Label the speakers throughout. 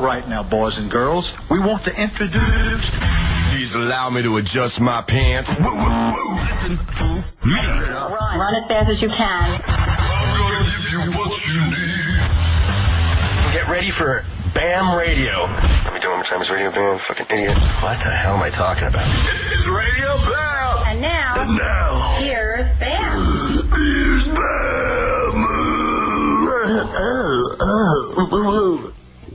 Speaker 1: right now, boys and girls. We want to introduce.
Speaker 2: Please allow me to adjust my pants. Woo, woo, woo. Listen to me.
Speaker 3: Run. Run as fast as you can.
Speaker 2: I'm gonna give you what you need.
Speaker 4: Get ready for BAM Radio. Let me do one more time. Is radio BAM? Fucking idiot. What the hell am I talking about?
Speaker 2: It's Radio Bam.
Speaker 3: And now,
Speaker 2: Now,
Speaker 3: here's Bam.
Speaker 2: here's Bam. Ho,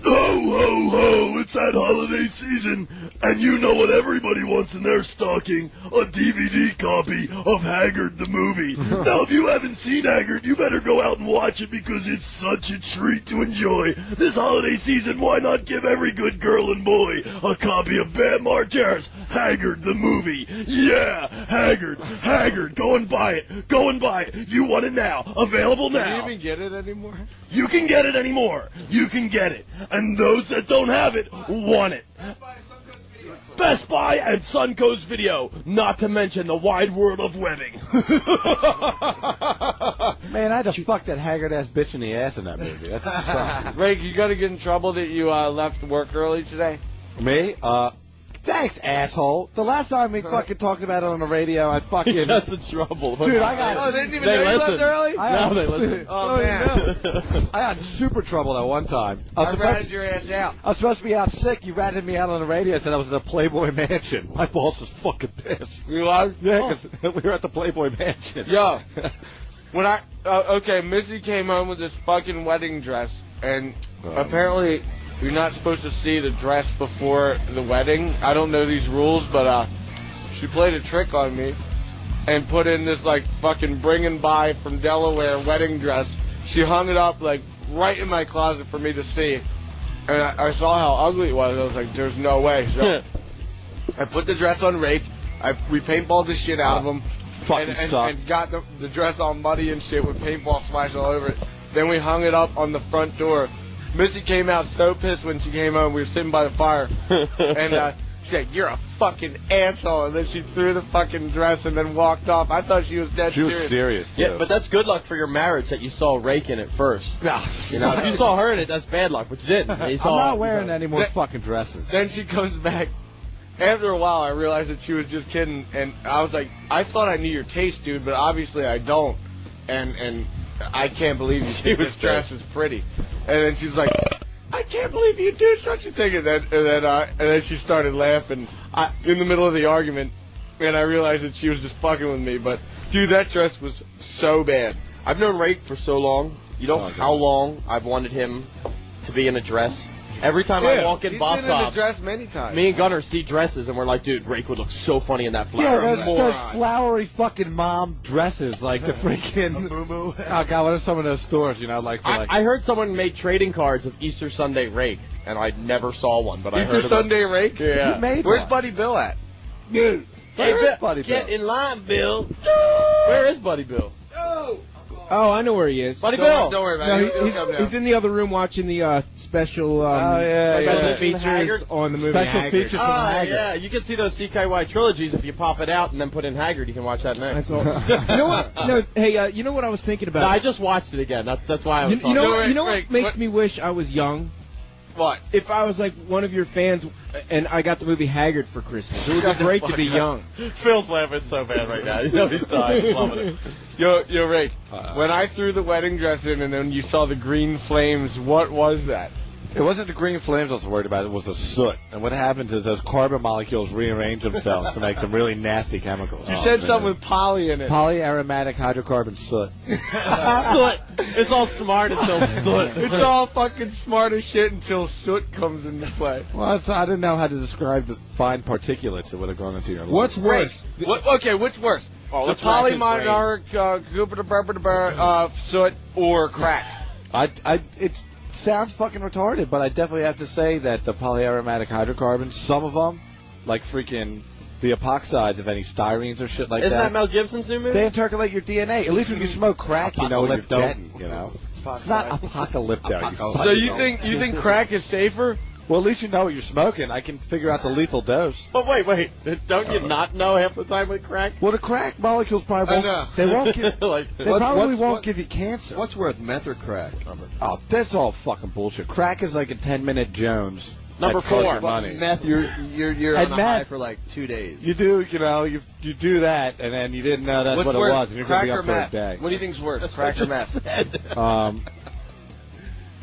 Speaker 2: ho, ho, it's that holiday season, and you know what everybody wants in their stocking a DVD copy of Haggard the movie. now, if you haven't seen Haggard, you better go out and watch it because it's such a treat to enjoy. This holiday season, why not give every good girl and boy a copy of Bam Margera's Haggard the movie? Yeah, Haggard, Haggard, go and buy it, go and buy it. You want it now, available now.
Speaker 5: Do you even get it anymore?
Speaker 2: You can get it anymore. You can get it. And those that don't have it want it. Best Buy and Suncoast Video, not to mention the wide world of webbing.
Speaker 6: Man, I'd have fucked that haggard ass bitch in the ass in that movie. That's something.
Speaker 5: Ray, you got to get in trouble that you uh, left work early today.
Speaker 6: Me? Uh, thanks, asshole. The last time we fucking talked about it on the radio, I fucking.
Speaker 7: That's in trouble.
Speaker 6: Dude, I got-
Speaker 5: Oh, they didn't even
Speaker 7: They
Speaker 5: know you
Speaker 7: listened.
Speaker 5: left early.
Speaker 6: I
Speaker 7: No,
Speaker 6: got-
Speaker 7: they listen.
Speaker 5: Oh, man.
Speaker 6: I got in super trouble that one time. I was,
Speaker 5: I ratted
Speaker 6: supposed,
Speaker 5: your ass out.
Speaker 6: I was supposed to be out sick. You ratted me out on the radio. Said I was at a Playboy Mansion. My boss was fucking pissed.
Speaker 5: You lost?
Speaker 6: Yeah, 'cause we were at the Playboy Mansion.
Speaker 5: Yo, when I uh, okay, Missy came home with this fucking wedding dress, and apparently you're not supposed to see the dress before the wedding. I don't know these rules, but uh, she played a trick on me and put in this like fucking bring and buy from Delaware wedding dress. She hung it up like right in my closet for me to see, and I, I saw how ugly it was. I was like, "There's no way." So I put the dress on Rake. I we paintballed the shit out of him.
Speaker 6: fucking
Speaker 5: and, and,
Speaker 6: sucked.
Speaker 5: and got the, the dress all muddy and shit with paintball splashed all over it. Then we hung it up on the front door. Missy came out so pissed when she came home. We were sitting by the fire, and uh, she said, "You're a fucking asshole." And then she threw the fucking dress and then walked off. I thought she was dead
Speaker 6: She was
Speaker 5: serious.
Speaker 6: serious too.
Speaker 7: Yeah, but that's good luck for your marriage that you saw Rake in it first. You know, if you saw her in it, that's bad luck, but you didn't. You
Speaker 6: I'm
Speaker 7: saw-
Speaker 6: not wearing any more
Speaker 5: That-
Speaker 6: fucking dresses.
Speaker 5: Then she comes back. After a while, I realized that she was just kidding, and I was like, "I thought I knew your taste, dude, but obviously I don't." And and I can't believe you think
Speaker 7: was
Speaker 5: this dress is pretty. And then she was like, "I can't believe you do such a thing." And then and then uh, and then she started laughing I, in the middle of the argument, and I realized that she was just fucking with me. But dude, that dress was so bad.
Speaker 7: I've known Rake for so long. You don't know how long I've wanted him to be in a dress. Every time I walk in
Speaker 5: He's
Speaker 7: Boss
Speaker 5: been in the
Speaker 7: Bob's,
Speaker 5: dress many times.
Speaker 7: me and Gunner see dresses, and we're like, dude, Rake would look so funny in that
Speaker 6: Yeah,
Speaker 7: flower.
Speaker 6: those,
Speaker 7: dress.
Speaker 6: those flowery fucking mom dresses, like the freaking. oh god, what are some of those stores? You know, like for
Speaker 7: I,
Speaker 6: like.
Speaker 7: I heard someone made trading cards of Easter Sunday Rake, and I never saw one, but I
Speaker 5: Easter
Speaker 7: heard about-
Speaker 5: Sunday rake.
Speaker 7: Yeah.
Speaker 6: You made
Speaker 5: Where's
Speaker 6: one.
Speaker 5: Buddy Bill at?
Speaker 7: Hey,
Speaker 6: Where is
Speaker 7: Bill,
Speaker 6: Buddy
Speaker 7: get
Speaker 6: Bill?
Speaker 7: in line, Bill. Where is Buddy Bill?
Speaker 8: Oh, I know where he is.
Speaker 7: Buddy
Speaker 5: Don't,
Speaker 7: Bill.
Speaker 5: don't worry about
Speaker 8: No,
Speaker 5: it.
Speaker 8: he-
Speaker 5: He'll come
Speaker 8: he's,
Speaker 5: down.
Speaker 8: he's in the other room watching the uh, special um,
Speaker 6: Oh, yeah,
Speaker 8: special
Speaker 6: yeah.
Speaker 8: features
Speaker 7: Haggard.
Speaker 8: on the movie.
Speaker 6: Special
Speaker 8: Haggard. Oh,
Speaker 6: features. from
Speaker 7: Ah,
Speaker 6: Haggard.
Speaker 7: yeah, you can see those CKY trilogies if you pop it out and then put in Haggard. You can watch that next.
Speaker 8: That's all. you know what? No, hey, uh, you know what I was thinking
Speaker 7: No, I
Speaker 8: about.
Speaker 7: just watched it again. That, that's why I
Speaker 8: you,
Speaker 7: was.
Speaker 8: you know,
Speaker 7: talking.
Speaker 8: what,
Speaker 5: Rick,
Speaker 8: you know
Speaker 5: Rick,
Speaker 8: what makes
Speaker 5: what-
Speaker 8: me wish I was young.
Speaker 5: what?
Speaker 8: If I was like one of your fans, and I got the movie Haggard for Christmas, it would be great to be young.
Speaker 7: Phil's laughing so bad right now. You know he's dying. He's loving it.
Speaker 5: Yo, yo, Rick.
Speaker 6: Uh,
Speaker 5: when I threw the wedding dress in, and then you saw the green flames, what was that?
Speaker 6: It wasn't the green flames I was worried about. It was the soot. And what happens is those carbon molecules rearrange themselves to make some really nasty chemicals. Oh,
Speaker 5: You said something with poly in it.
Speaker 6: polyaromatic hydrocarbon soot.
Speaker 7: soot. It's all smart until soot.
Speaker 5: it's all fucking smart as shit until soot comes into play.
Speaker 6: Well, it's, I didn't know how to describe the fine particulates that would have gone into your.
Speaker 8: What's
Speaker 6: lungs.
Speaker 8: worse?
Speaker 5: What, okay, which worse?
Speaker 9: Oh,
Speaker 5: the
Speaker 7: let's rack his
Speaker 5: polymonarch uh, Jupiter Barber uh, soot or crack?
Speaker 6: I, I, it sounds fucking retarded, but I definitely have to say that the polyaromatic hydrocarbons, some of them, like freaking the epoxides of any styrenes or shit like
Speaker 7: Isn't that Mel Gibson's new movie?
Speaker 6: They intercalate your DNA. At least when you smoke crack, you know what you're
Speaker 7: Apocalypto.
Speaker 6: getting. You know, it's not apocalypto. you
Speaker 5: So you think you think crack is safer?
Speaker 6: Well, at least you know what you're smoking. I can figure out the lethal dose.
Speaker 5: Oh,
Speaker 7: But wait, wait. Don't you not know half the time with crack?
Speaker 10: Well, the crack molecules probably
Speaker 9: I
Speaker 10: won't,
Speaker 9: know.
Speaker 10: they won't give,
Speaker 7: like,
Speaker 10: they
Speaker 9: What-
Speaker 10: probably
Speaker 9: what's-
Speaker 10: won't
Speaker 9: what-
Speaker 10: give you cancer.
Speaker 9: What's worth meth or crack? Number.
Speaker 6: Oh, that's all fucking bullshit. Crack is like a 10 minute Jones.
Speaker 7: Number
Speaker 6: that costs
Speaker 7: four.
Speaker 6: you
Speaker 7: Well,
Speaker 6: Money.
Speaker 9: Meth, you're you're you're
Speaker 6: And
Speaker 9: on a
Speaker 6: meth-
Speaker 9: high for like two days.
Speaker 6: You do, you know, you you do that, and then you didn't know that's
Speaker 5: What's
Speaker 6: what it
Speaker 5: worse,
Speaker 6: was, and you're
Speaker 5: crack
Speaker 6: gonna be
Speaker 5: or
Speaker 6: up for
Speaker 5: meth?
Speaker 6: a day.
Speaker 5: What do you think's worse, crack or meth?
Speaker 6: Um,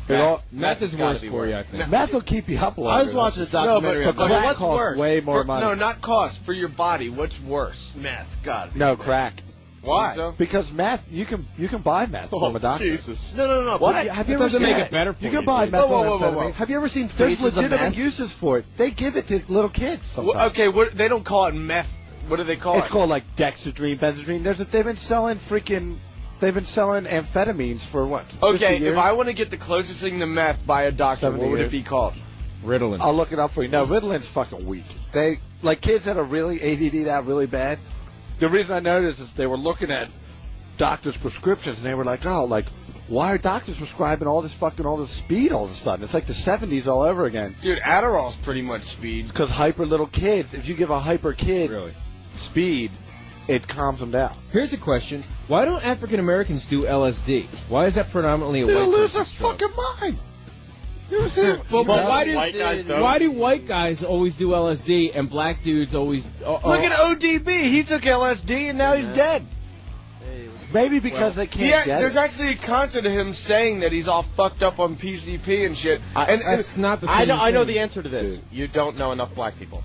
Speaker 6: it all,
Speaker 8: Meth is worse for you, I think.
Speaker 10: Meth will keep you up longer.
Speaker 9: I was watching a documentary.
Speaker 6: but-
Speaker 9: on
Speaker 6: but
Speaker 9: meth.
Speaker 6: what's costs worse? way more
Speaker 5: For-
Speaker 6: money.
Speaker 5: No, not cost for your body. What's worse?
Speaker 9: meth, God.
Speaker 6: no crack
Speaker 5: Why? So?
Speaker 6: because meth you can you can buy meth from a doctor.
Speaker 7: Jesus.
Speaker 9: No, no, no. no,
Speaker 6: What?
Speaker 9: but Have you
Speaker 8: It doesn't
Speaker 9: ever
Speaker 8: make
Speaker 9: seen
Speaker 8: it better for
Speaker 6: You
Speaker 8: you.
Speaker 6: can buy
Speaker 8: dude.
Speaker 6: meth
Speaker 5: Whoa,
Speaker 6: on
Speaker 5: whoa, whoa, whoa.
Speaker 9: Have you ever seen
Speaker 6: There's
Speaker 9: faces of
Speaker 6: legitimate
Speaker 9: meth?
Speaker 6: uses for it. They give it to little kids sometimes.
Speaker 5: Well, okay, what, they don't call it meth. What do they call
Speaker 6: It's
Speaker 5: it?
Speaker 6: called like Dexedrine, Benzedrine. There's a, they've been selling freaking they've been selling amphetamines for what? 50
Speaker 5: Okay, if
Speaker 6: years?
Speaker 5: I want to get the closest thing to meth by a doctor, what
Speaker 6: 70
Speaker 5: would it
Speaker 6: years.
Speaker 5: be called?
Speaker 8: Ritalin.
Speaker 6: I'll look it up for you. No, Ritalin's fucking weak. They like kids that are really ADD out really bad. The reason I noticed is they were looking at doctors' prescriptions and they were like, "Oh, like why are doctors prescribing all this fucking all this speed all of a sudden? It's like the '70s all over again."
Speaker 5: Dude, Adderall's pretty much speed.
Speaker 6: Because hyper little kids, if you give a hyper kid
Speaker 8: Really?
Speaker 6: speed, it calms them down.
Speaker 8: Here's a question: Why don't African Americans do LSD? Why is that predominantly a
Speaker 6: They
Speaker 8: white
Speaker 6: don't lose their
Speaker 8: person's drug?
Speaker 6: fucking mind. You ever see?
Speaker 4: Well, but
Speaker 7: No,
Speaker 4: why do
Speaker 7: white guys don't.
Speaker 4: why do white guys always do LSD and black dudes always? Uh,
Speaker 5: Look at ODB. He took LSD and now he's dead.
Speaker 6: Maybe because they can't
Speaker 5: Yeah,
Speaker 6: get
Speaker 5: there's
Speaker 6: it.
Speaker 5: actually a concert of him saying that he's all fucked up on PCP and shit. and, and
Speaker 4: that's not the same.
Speaker 7: I know. I know
Speaker 4: thing.
Speaker 7: the answer to this. You don't know enough black people.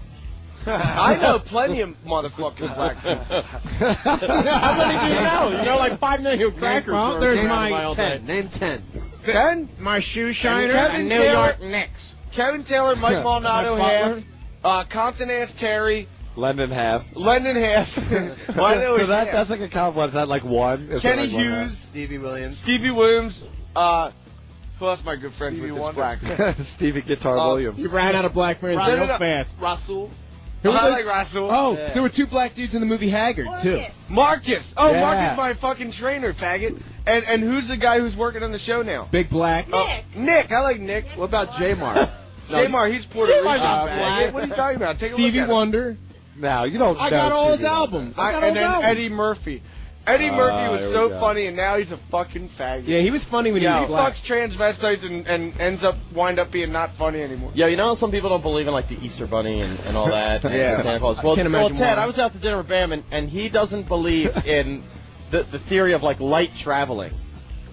Speaker 5: I know plenty of motherfucking black people.
Speaker 7: How many do you know? You know, like five million crackers.
Speaker 4: well,
Speaker 7: were
Speaker 4: there's
Speaker 7: around
Speaker 4: my
Speaker 7: all day.
Speaker 9: Ten. Name ten.
Speaker 5: Ken,
Speaker 4: My shoe shiner
Speaker 5: Kevin
Speaker 4: and New
Speaker 5: Taylor-
Speaker 4: York Knicks.
Speaker 5: Kevin Taylor, Mike Malnato, half. Uh, Compton ass Terry,
Speaker 6: London half.
Speaker 5: Lennon half. Why
Speaker 6: So
Speaker 5: know
Speaker 6: that,
Speaker 5: he's half.
Speaker 6: that's like a comp. What's that like one? Is that
Speaker 5: Kenny
Speaker 6: like one half?
Speaker 5: Hughes,
Speaker 9: Stevie Williams.
Speaker 5: Stevie Williams, uh, who else my good friends with this black?
Speaker 6: Stevie Guitar
Speaker 5: Oh,
Speaker 6: Williams.
Speaker 4: You ran out of black men
Speaker 5: Right.
Speaker 4: real
Speaker 5: No, no, no.
Speaker 4: fast.
Speaker 9: Russell.
Speaker 8: Who was
Speaker 5: I
Speaker 8: those-
Speaker 5: like Russell.
Speaker 8: Oh, there were two black dudes in the movie Haggard too.
Speaker 11: Orcus.
Speaker 5: Marcus. Oh,
Speaker 6: Yeah.
Speaker 5: Marcus, my fucking trainer, faggot. And and who's the guy who's working on the show now?
Speaker 8: Big black.
Speaker 5: Oh, Nick. I like Nick.
Speaker 9: What about J Mark?
Speaker 5: Jamar, he's Puerto Rican.
Speaker 8: Jamar's not
Speaker 5: faggot.
Speaker 8: black.
Speaker 5: What are you talking about? Take
Speaker 8: Stevie
Speaker 5: a look at him.
Speaker 8: Wonder.
Speaker 6: Now you don't.
Speaker 8: I
Speaker 6: know
Speaker 8: got all his
Speaker 6: Stevie Wonder.
Speaker 8: albums. I
Speaker 5: I-
Speaker 8: got all
Speaker 5: and
Speaker 8: his
Speaker 5: then
Speaker 8: albums.
Speaker 5: Eddie Murphy. Eddie
Speaker 6: Ah,
Speaker 5: Murphy was
Speaker 6: here we
Speaker 5: so
Speaker 6: go.
Speaker 5: funny, and now he's a fucking faggot.
Speaker 8: Yeah, he was funny when
Speaker 5: Yeah,
Speaker 8: he
Speaker 5: he
Speaker 8: was black.
Speaker 5: fucks transvestites and, and ends up wind up being not funny anymore.
Speaker 7: Yeah, you know how some people don't believe in like the Easter Bunny and, and all that. and
Speaker 5: Yeah.
Speaker 7: Santa Claus. Well,
Speaker 8: can't imagine
Speaker 7: well, Ted,
Speaker 8: why.
Speaker 7: I was out to dinner with Bam, and, and he doesn't believe in the, the theory of like light traveling.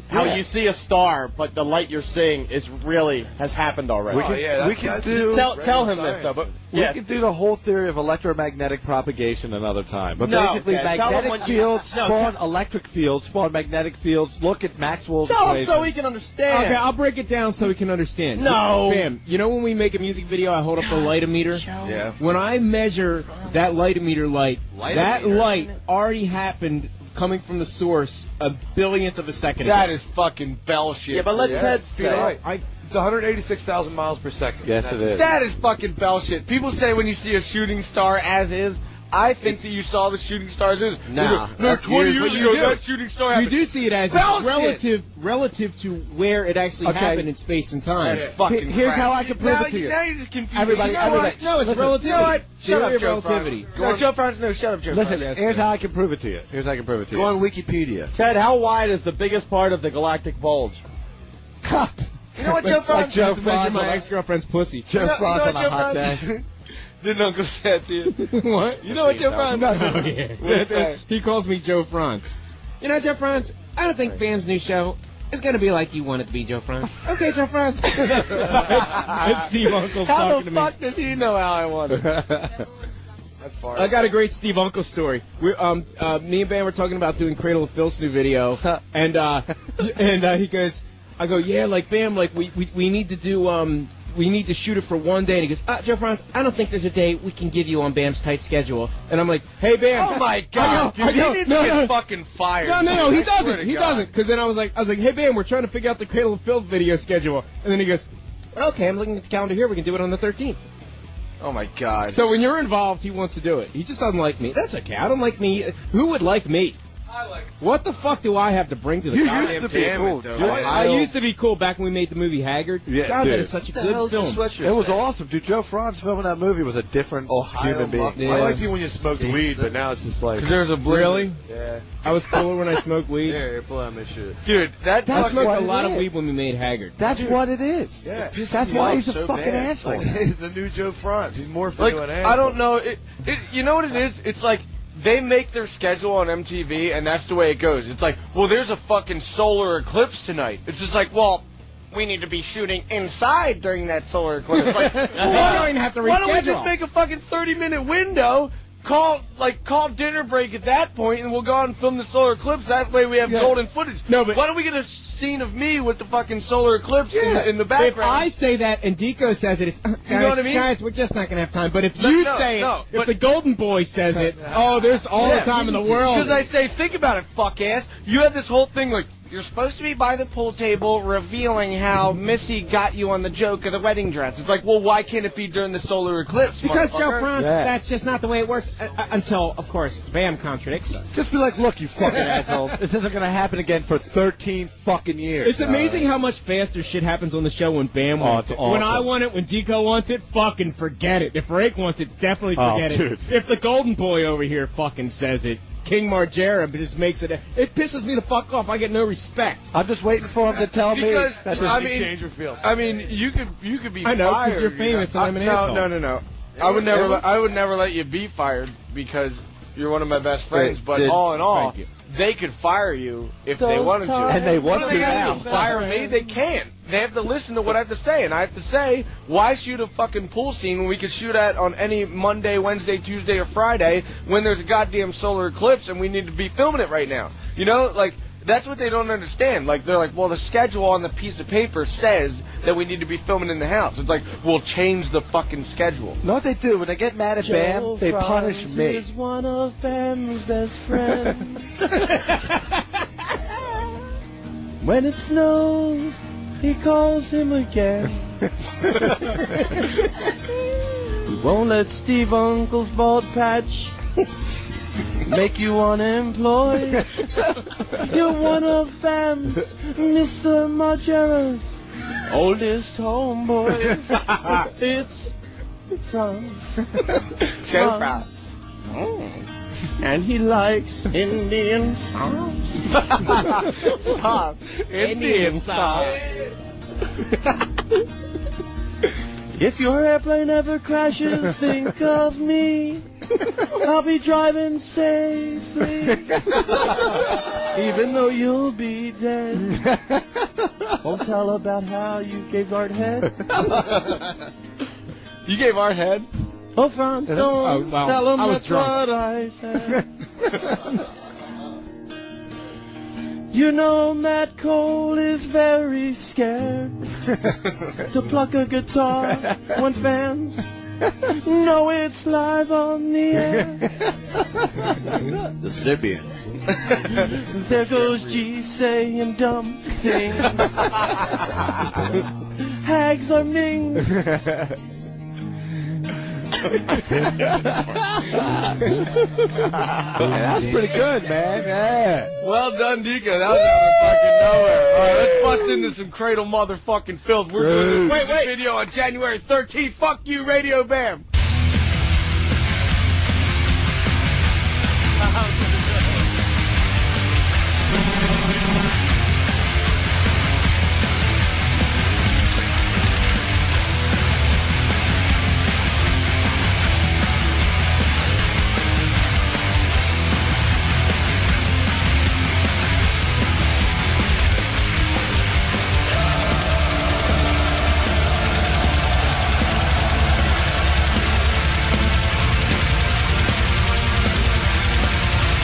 Speaker 7: How you see a star, but the light you're seeing is really has happened already.
Speaker 6: We can,
Speaker 9: yeah, that's-
Speaker 6: we can
Speaker 9: that's-
Speaker 6: do.
Speaker 7: tell
Speaker 9: Regular
Speaker 7: tell him
Speaker 9: science,
Speaker 7: this though, but
Speaker 6: we
Speaker 7: yeah,
Speaker 6: can do the whole theory of electromagnetic propagation another time. But
Speaker 7: No,
Speaker 6: basically,
Speaker 7: okay, tell him
Speaker 6: magnetic
Speaker 7: when you-
Speaker 6: fields
Speaker 7: no,
Speaker 6: spawn electric fields, spawn magnetic fields. Look at Maxwell's
Speaker 7: tell him
Speaker 6: equation.
Speaker 7: so he can understand.
Speaker 8: Okay, I'll break it down so we can understand.
Speaker 7: No.
Speaker 8: Bam. You know when we make a music video, I hold up a lightometer?
Speaker 9: Yeah.
Speaker 8: When I measure that lightometer light, that
Speaker 9: Lightometer?
Speaker 8: light already happened coming from the source a billionth of a second
Speaker 5: That
Speaker 8: ago.
Speaker 5: is fucking bell shit.
Speaker 7: yeah, but let
Speaker 5: Yeah.
Speaker 7: Ted speak.
Speaker 9: right.
Speaker 8: I,
Speaker 9: It's 186,000 miles per second.
Speaker 6: Yes, it is.
Speaker 5: That is fucking bell shit. People say when you see a shooting star as is, I think that you saw the shooting star as is.
Speaker 9: Nah,
Speaker 5: You go, no,
Speaker 9: that's
Speaker 5: 20
Speaker 9: years
Speaker 5: years
Speaker 9: what you
Speaker 5: ago
Speaker 9: do.
Speaker 5: that shooting star
Speaker 8: you
Speaker 5: happened.
Speaker 8: do see it as
Speaker 5: Bullshit.
Speaker 8: relative relative to where it actually
Speaker 6: Okay.
Speaker 8: happened in space and time.
Speaker 5: That's fucking
Speaker 6: He- here's
Speaker 5: crap.
Speaker 6: how I can prove
Speaker 5: now,
Speaker 6: it to you.
Speaker 5: Now you're just confused.
Speaker 6: Everybody-
Speaker 5: you know
Speaker 6: everybody-
Speaker 5: What?
Speaker 8: No, it's
Speaker 6: Listen.
Speaker 8: relativity.
Speaker 5: You know what? Shut
Speaker 8: Theory
Speaker 5: up,
Speaker 8: of
Speaker 5: Joe
Speaker 8: relativity.
Speaker 5: Franz. No, Joe Franz, no, shut up, Joe
Speaker 6: Listen,
Speaker 5: Franz.
Speaker 6: here's how I can prove it to you. Here's how I can prove it to
Speaker 9: Go
Speaker 6: you.
Speaker 9: on Wikipedia.
Speaker 7: Ted, how wide is the biggest part of the galactic bulge?
Speaker 5: You know what Joe
Speaker 6: It's like
Speaker 5: Franz
Speaker 6: Joe
Speaker 8: Let's measure
Speaker 6: Franz
Speaker 8: my
Speaker 6: on a-
Speaker 8: ex girlfriend's pussy.
Speaker 6: Joe
Speaker 5: No,
Speaker 6: Franz
Speaker 5: no,
Speaker 6: on a
Speaker 5: Joe
Speaker 6: hot
Speaker 5: Franz.
Speaker 6: day.
Speaker 5: Didn't Uncle Seth do?
Speaker 8: what?
Speaker 5: You know what Joe Franz
Speaker 8: Oh, yeah.
Speaker 5: Okay.
Speaker 8: he calls me Joe Franz. You know, Joe Franz, I don't think Bam's new show is going to be like you want it to be, Joe Franz. Okay, Joe Franz. that's, that's, that's Steve Uncle's
Speaker 5: How
Speaker 8: talking
Speaker 5: the
Speaker 8: to me.
Speaker 5: fuck does he know how I want it?
Speaker 8: I got a great Steve Uncle story. We, um, uh, me and Bam were talking about doing Cradle of Filth's new video, and uh, and uh, he goes, I go, yeah, like Bam, like we, we, we need to do um we need to shoot it for one day, and he goes, uh, Joe Franz, I don't think there's a day we can give you on Bam's tight schedule, and I'm like, hey Bam,
Speaker 5: Oh my god,
Speaker 8: I know,
Speaker 5: dude, he
Speaker 8: I know.
Speaker 5: needs
Speaker 8: No,
Speaker 5: to get
Speaker 8: no.
Speaker 5: fucking fired.
Speaker 8: No, no, no, he
Speaker 5: I swear
Speaker 8: doesn't.
Speaker 5: to
Speaker 8: He
Speaker 5: God.
Speaker 8: doesn't. Because then I was like, I was like, hey, Bam, we're trying to figure out the Cradle of Filth video schedule, and then he goes, okay, I'm looking at the calendar here. We can do it on the 13th.
Speaker 5: Oh my god.
Speaker 8: So when you're involved, he wants to do it. He just doesn't like me. That's okay. I don't like me. Who would like me? What the fuck do I have to bring to the
Speaker 12: You
Speaker 8: goddamn
Speaker 12: used to be
Speaker 8: table?
Speaker 12: cool, dude.
Speaker 8: I, I
Speaker 12: Ohio-
Speaker 8: used to be cool back when we made the movie Haggard.
Speaker 6: Yeah,
Speaker 8: God, that
Speaker 6: dude.
Speaker 8: is such a
Speaker 6: What the
Speaker 8: good
Speaker 6: hell's your
Speaker 8: film.
Speaker 6: It was awesome, dude. Joe Franz filming that movie was a different human being.
Speaker 4: I liked you when you smoked weed, but now it's just like.
Speaker 8: 'Cause there was a blue- Really?
Speaker 4: Yeah.
Speaker 8: I was cooler when I smoked weed.
Speaker 4: Yeah, you're blowing my shit.
Speaker 5: Dude, that
Speaker 8: I
Speaker 4: That's
Speaker 8: smoked
Speaker 4: what
Speaker 8: a lot
Speaker 4: it
Speaker 8: of
Speaker 4: is.
Speaker 8: weed when we made Haggard.
Speaker 6: That's what it is.
Speaker 4: Yeah.
Speaker 6: That's why he's a fucking asshole.
Speaker 4: Like, the new Joe Franz. He's more
Speaker 5: Like
Speaker 4: funny than an
Speaker 5: I don't know. It, it, you know what it is? It's like they make their schedule on MTV, and that's the way it goes. It's like, well, there's a fucking solar eclipse tonight. It's just like, well, we need to be shooting inside during that solar eclipse. Like,
Speaker 8: Why do I even have to
Speaker 5: Why don't we just
Speaker 8: reschedule?
Speaker 5: make a fucking 30 minute window? Call like call dinner break at that point, and we'll go out and film the solar eclipse. That way we have golden footage. No, but why don't we get a scene of me with the fucking solar eclipse in- in, the
Speaker 8: If
Speaker 5: background?
Speaker 8: I say that and Deco says it, it's guys,
Speaker 5: You know what I mean?
Speaker 8: guys, we're just not gonna have time. But if
Speaker 5: No,
Speaker 8: you
Speaker 5: no,
Speaker 8: say
Speaker 5: no,
Speaker 8: it, if
Speaker 5: but-
Speaker 8: the Golden Boy says it, oh, there's all the time in the world.
Speaker 5: Because I say, think about it, fuck ass. You have this whole thing like you're supposed to be by the pool table revealing how Missy got you on the joke of the wedding dress. It's like, well, why can't it be during the solar eclipse?
Speaker 8: Because Joe
Speaker 5: motherfucker?
Speaker 8: France, that's just not the way it works. Uh, uh, until, of course, Bam contradicts us.
Speaker 6: Just be like, look, you fucking asshole. This isn't going to happen again for 13 fucking years. Uh,
Speaker 8: It's amazing how much faster shit happens on the show when Bam
Speaker 6: Oh,
Speaker 8: wants it.
Speaker 6: it's
Speaker 8: When
Speaker 6: awesome.
Speaker 8: I want it, when Deco wants it, fucking forget it. If Rake wants it, definitely
Speaker 6: Oh,
Speaker 8: forget it.
Speaker 6: dude.
Speaker 8: If the Golden Boy over here fucking says it, King Margera just makes it. It pisses me the fuck off. I get no respect.
Speaker 6: I'm just waiting for him to tell
Speaker 5: Because
Speaker 6: me. that
Speaker 5: I mean, I mean, you could you could be.
Speaker 8: I know, 'cause
Speaker 5: fired,
Speaker 8: you're
Speaker 5: you
Speaker 8: famous
Speaker 5: know.
Speaker 8: and I'm an
Speaker 5: I- no,
Speaker 8: asshole.
Speaker 5: No, no, no. I would
Speaker 8: It
Speaker 5: never.
Speaker 8: was-
Speaker 5: Let, I would never let you be fired because you're one of my best friends.
Speaker 6: It
Speaker 5: But
Speaker 6: did-
Speaker 5: all in all,
Speaker 6: Thank you.
Speaker 5: they could fire you if they
Speaker 6: Those
Speaker 5: wanted to,
Speaker 6: times. And they want
Speaker 5: What do they
Speaker 6: to
Speaker 5: gotta
Speaker 6: now.
Speaker 5: do? Fire me? They can't. They have to listen to what I have to say, and I have to say, why shoot a fucking pool scene when we could shoot at on any Monday, Wednesday, Tuesday, or Friday when there's a goddamn solar eclipse and we need to be filming it right now? You know, like that's what they don't understand. Like they're like, well, the schedule on the piece of paper says that we need to be filming in the house. It's like we'll change the fucking schedule.
Speaker 6: know what they do? When they get mad at Bam, they punish me.
Speaker 13: one of Bam's best friends. when it snows, he calls him again. we won't let Steve Uncle's bald patch make you unemployed. You're one of Bam's, Mr. Margera's oldest homeboys. it's France.
Speaker 5: Joe
Speaker 13: France. And he likes Indian sauce. sauce.
Speaker 8: Indian
Speaker 13: sauce. if your airplane ever crashes, think of me. I'll be driving safely. Even though you'll be dead. Won't tell about how you gave Art head.
Speaker 5: You gave our head.
Speaker 13: Oh, France,
Speaker 5: And that's-
Speaker 13: don't
Speaker 5: oh, wow.
Speaker 13: tell him
Speaker 5: I was
Speaker 13: that's
Speaker 5: drunk.
Speaker 13: what I said. you know, Matt Cole is very scared to pluck a guitar when fans know it's live on the air.
Speaker 4: The Sibian.
Speaker 13: There goes G saying dumb things. Hags are mings.
Speaker 6: that's pretty good, man. Yeah.
Speaker 5: Well done, Deco. That was out of fucking nowhere. All right, let's bust into some cradle motherfucking filth. We're doing this
Speaker 13: Wait, wait.
Speaker 5: video on January 13th. Fuck you, Radio Bam.
Speaker 14: Thank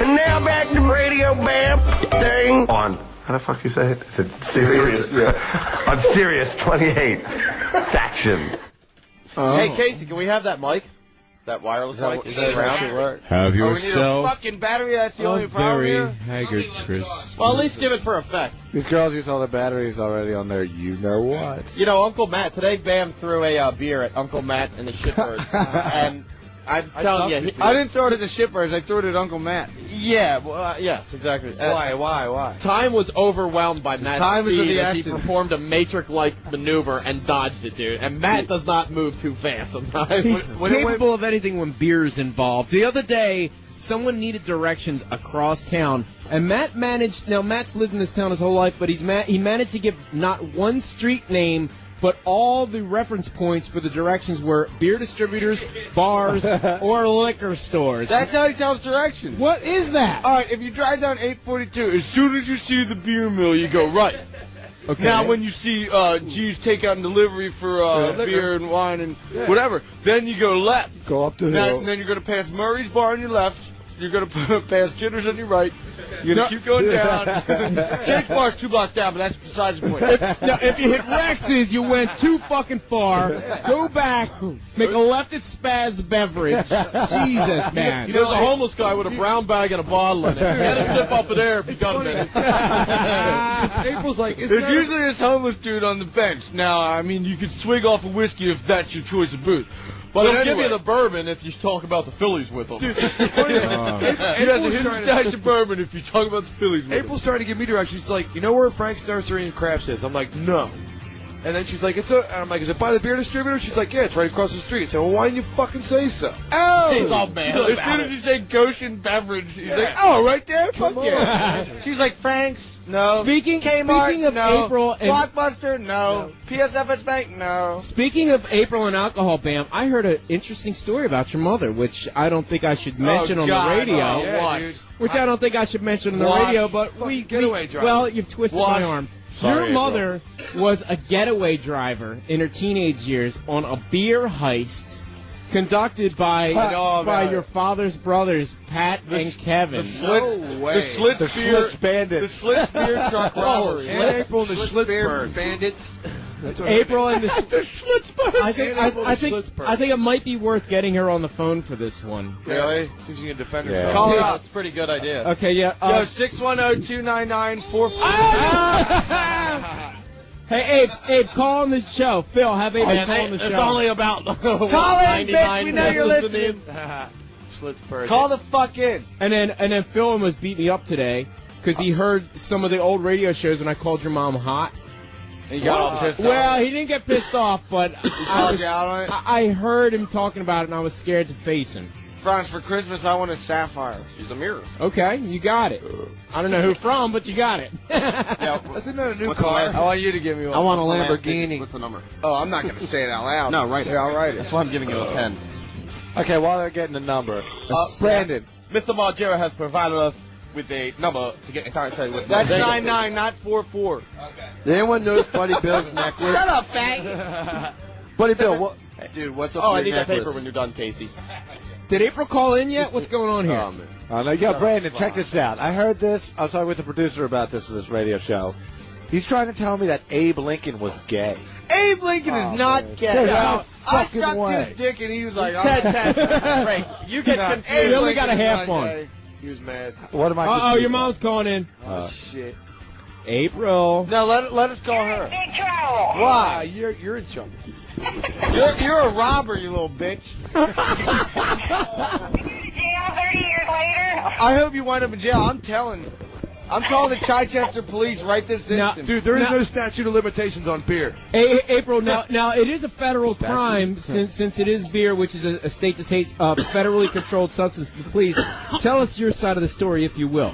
Speaker 4: And now back to Radio Bam thing. On.
Speaker 15: How the fuck you say it? It's a
Speaker 4: Serious,
Speaker 15: serious. on serious 28. Faction.
Speaker 7: Hey Casey, can we have that mic? That wireless
Speaker 16: that-
Speaker 7: mic?
Speaker 16: Oh. is that actually work?
Speaker 8: Have
Speaker 7: Oh, we need a
Speaker 8: yourself
Speaker 7: fucking battery. That's
Speaker 6: Oh,
Speaker 7: the only
Speaker 8: a
Speaker 7: problem
Speaker 8: very
Speaker 7: here.
Speaker 8: haggard Chris.
Speaker 7: Well, at least give it for effect.
Speaker 6: These girls use all their batteries already on their you know what.
Speaker 7: You know, Uncle Matt. Today, Bam threw a uh, beer at Uncle Matt and the shitbirds, and I'm
Speaker 5: I
Speaker 7: telling
Speaker 5: love
Speaker 7: you,
Speaker 5: to
Speaker 7: he-
Speaker 5: do I didn't throw it at the shitbirds. I threw it at Uncle Matt.
Speaker 7: Yeah, well, uh, yes, exactly.
Speaker 5: Why,
Speaker 7: Why? Why? Time was overwhelmed by Matt's
Speaker 5: time is of
Speaker 7: speed
Speaker 5: the
Speaker 7: as he
Speaker 5: essence.
Speaker 7: performed a matrix-like maneuver and dodged it, dude. And Matt does not move too fast sometimes.
Speaker 8: He's capable of anything when beer is involved. The other day, someone needed directions across town, and Matt managed. Now Matt's lived in this town his whole life, but he's ma- he managed to give not one street name. But all the reference points for the directions were beer distributors, bars, or liquor stores.
Speaker 5: That's how he tells directions.
Speaker 8: What is that?
Speaker 5: All right, if you drive down 842, as soon as you see the beer mill, you go right.
Speaker 16: Okay.
Speaker 5: Now, when you see uh, G's takeout and delivery for uh,
Speaker 16: Yeah.
Speaker 5: beer and wine and
Speaker 16: Yeah.
Speaker 5: whatever, then you go left.
Speaker 6: Go up the
Speaker 5: Now,
Speaker 6: hill.
Speaker 5: then you're going to pass Murray's Bar on your left. You're going to pass Jitters on your right. You're going
Speaker 16: No.
Speaker 5: to keep going down. Jake's Bar's two blocks down, but that's besides the point.
Speaker 8: If, now, if you hit Rex's, you went too fucking far. Go back, make a left at Spaz Beverage. Jesus, man.
Speaker 7: You know, there's a homeless guy with a brown bag and a bottle in it. He had a sip off of there if you got a minute.
Speaker 5: April's like,
Speaker 7: "Is
Speaker 5: There's
Speaker 7: that a-"
Speaker 5: usually this homeless dude on the bench. Now, I mean, you could swig off a whiskey if that's your choice of booze. But
Speaker 7: But they'll
Speaker 5: anyway,
Speaker 7: give you the bourbon if you talk about the Phillies with them.
Speaker 8: Oh.
Speaker 5: you guys a hidden stash of bourbon if you talk about the Phillies. With
Speaker 17: April's trying to give me directions. She's like, you know where Frank's Nursery and Crafts is? I'm like, no.
Speaker 18: And then she's like, "It's a." And I'm like, "Is it by the beer distributor?" She's like, "Yeah, it's right across the street." So well, why didn't you fucking say so?
Speaker 5: Oh!
Speaker 18: He's all mad
Speaker 5: As
Speaker 18: about
Speaker 5: soon as
Speaker 18: it.
Speaker 5: you say Goshen beverage, he's
Speaker 18: Yeah.
Speaker 5: like, oh, right there?
Speaker 18: Come
Speaker 5: Fuck
Speaker 18: on.
Speaker 5: yeah. She's like, Frank's? No.
Speaker 8: Speaking-
Speaker 5: Kmart?
Speaker 8: speaking of
Speaker 5: no.
Speaker 8: April and-
Speaker 5: Blockbuster? No. PSFS Bank? No.
Speaker 8: Speaking of April and alcohol, Bam, I heard an interesting story about your mother, which I don't think I should mention
Speaker 5: Oh,
Speaker 8: on
Speaker 5: God.
Speaker 8: the radio.
Speaker 5: Oh, yeah, What? dude.
Speaker 8: Which I don't think I should mention on the
Speaker 5: What?
Speaker 8: radio, but we,
Speaker 5: Fucking getaway
Speaker 8: we-
Speaker 5: driver.
Speaker 8: well, you've twisted
Speaker 5: What?
Speaker 8: my arm.
Speaker 5: Sorry,
Speaker 8: your
Speaker 5: April.
Speaker 8: mother was a getaway driver in her teenage years on a beer heist conducted by
Speaker 5: I know about
Speaker 8: by
Speaker 5: it.
Speaker 8: your father's brothers, Pat
Speaker 5: Oh, The
Speaker 8: and
Speaker 5: s-
Speaker 8: Kevin.
Speaker 5: The Slits, the Slits
Speaker 8: The
Speaker 5: beer,
Speaker 8: Slits bandits.
Speaker 5: The Slits beer truck
Speaker 8: Oh,
Speaker 5: robbery.
Speaker 18: April and the Schlitzberg
Speaker 7: bandits.
Speaker 18: That's
Speaker 8: April and the
Speaker 18: Schlitzberg.
Speaker 8: I think I, I think I think it might be worth getting her on the phone for this one.
Speaker 7: Really?
Speaker 18: Seems you can defend
Speaker 8: Yeah.
Speaker 7: herself.
Speaker 8: Call her out.
Speaker 7: That's a pretty good idea.
Speaker 8: Okay, yeah. Uh,
Speaker 5: Yo, oh, 610 299
Speaker 8: Hey, Abe, Abe, call on the show. Phil, have Abe
Speaker 5: Yeah,
Speaker 8: call
Speaker 5: they-
Speaker 8: on the show.
Speaker 5: it's only
Speaker 7: about
Speaker 5: Call in, bitch. We know you're listening.
Speaker 18: Schlitzberg.
Speaker 5: Call the fuck in.
Speaker 8: And then and then Phil almost beat me up today because he heard some of the old radio shows when I called your mom hot.
Speaker 5: And you got all pissed off.
Speaker 8: Well, he didn't get pissed off, but I,
Speaker 5: called
Speaker 8: was,
Speaker 5: you out on it?
Speaker 8: I, I heard him talking about it, and I was scared to face him.
Speaker 5: Franz, for Christmas, I want a sapphire.
Speaker 18: She's a mirror.
Speaker 8: Okay, you got it. I don't know who from, but you got it.
Speaker 5: That's
Speaker 18: another
Speaker 5: new car. I want you to give me one.
Speaker 7: What's the number?
Speaker 5: Oh, I'm not going to say it out loud.
Speaker 7: No, write it.
Speaker 5: Yeah, I'll write it.
Speaker 7: That's why I'm giving you a pen.
Speaker 6: Okay, while they're getting the number, Brandon.
Speaker 7: Mr. Margera has provided us with a number to get in contact with.
Speaker 5: That's 9 9, not 4 4.
Speaker 18: Did anyone notice Buddy Bill's
Speaker 7: necklace?
Speaker 5: Shut up, fag.
Speaker 6: Buddy Bill, what?
Speaker 7: Dude, what's
Speaker 6: up
Speaker 7: Oh,
Speaker 6: with
Speaker 7: I
Speaker 6: your
Speaker 7: need that
Speaker 6: necklace?
Speaker 7: paper when you're done, Casey.
Speaker 8: Did April call in yet? What's going on here?
Speaker 6: Oh, Um, I know. Yeah, Brandon, check this out. I heard this. I was talking with the producer about this at this radio show. He's trying to tell me that Abe Lincoln was gay.
Speaker 5: Abe Lincoln is not gay.
Speaker 6: There's no
Speaker 5: I
Speaker 6: fucking
Speaker 5: stuck
Speaker 6: way.
Speaker 5: to his dick and he was like, "Oh."
Speaker 6: Ted,
Speaker 5: I'm-
Speaker 6: Ted,
Speaker 7: Right. You get
Speaker 5: Nah,
Speaker 7: confused.
Speaker 5: Abe
Speaker 8: You only
Speaker 5: Lincoln
Speaker 8: got a
Speaker 5: is
Speaker 8: half
Speaker 5: not
Speaker 8: one.
Speaker 5: gay. uh, He was mad.
Speaker 6: What am I?
Speaker 8: Uh oh,
Speaker 6: confused
Speaker 8: your
Speaker 6: about?
Speaker 8: mom's calling in.
Speaker 5: Oh, shit.
Speaker 8: April.
Speaker 5: No, let, let us call her.
Speaker 18: Wow,
Speaker 5: Why?
Speaker 18: you're you're in trouble.
Speaker 5: You're, you're a robber, you little bitch. I hope you wind up in jail. I'm telling you. I'm calling the Chichester police right this instant.
Speaker 18: Dude, there is no statute of limitations on beer.
Speaker 8: A- April, now, now it is a federal crime since since it is beer, which is a, a state to state uh, federally controlled substance. Please tell us your side of the story, if you will.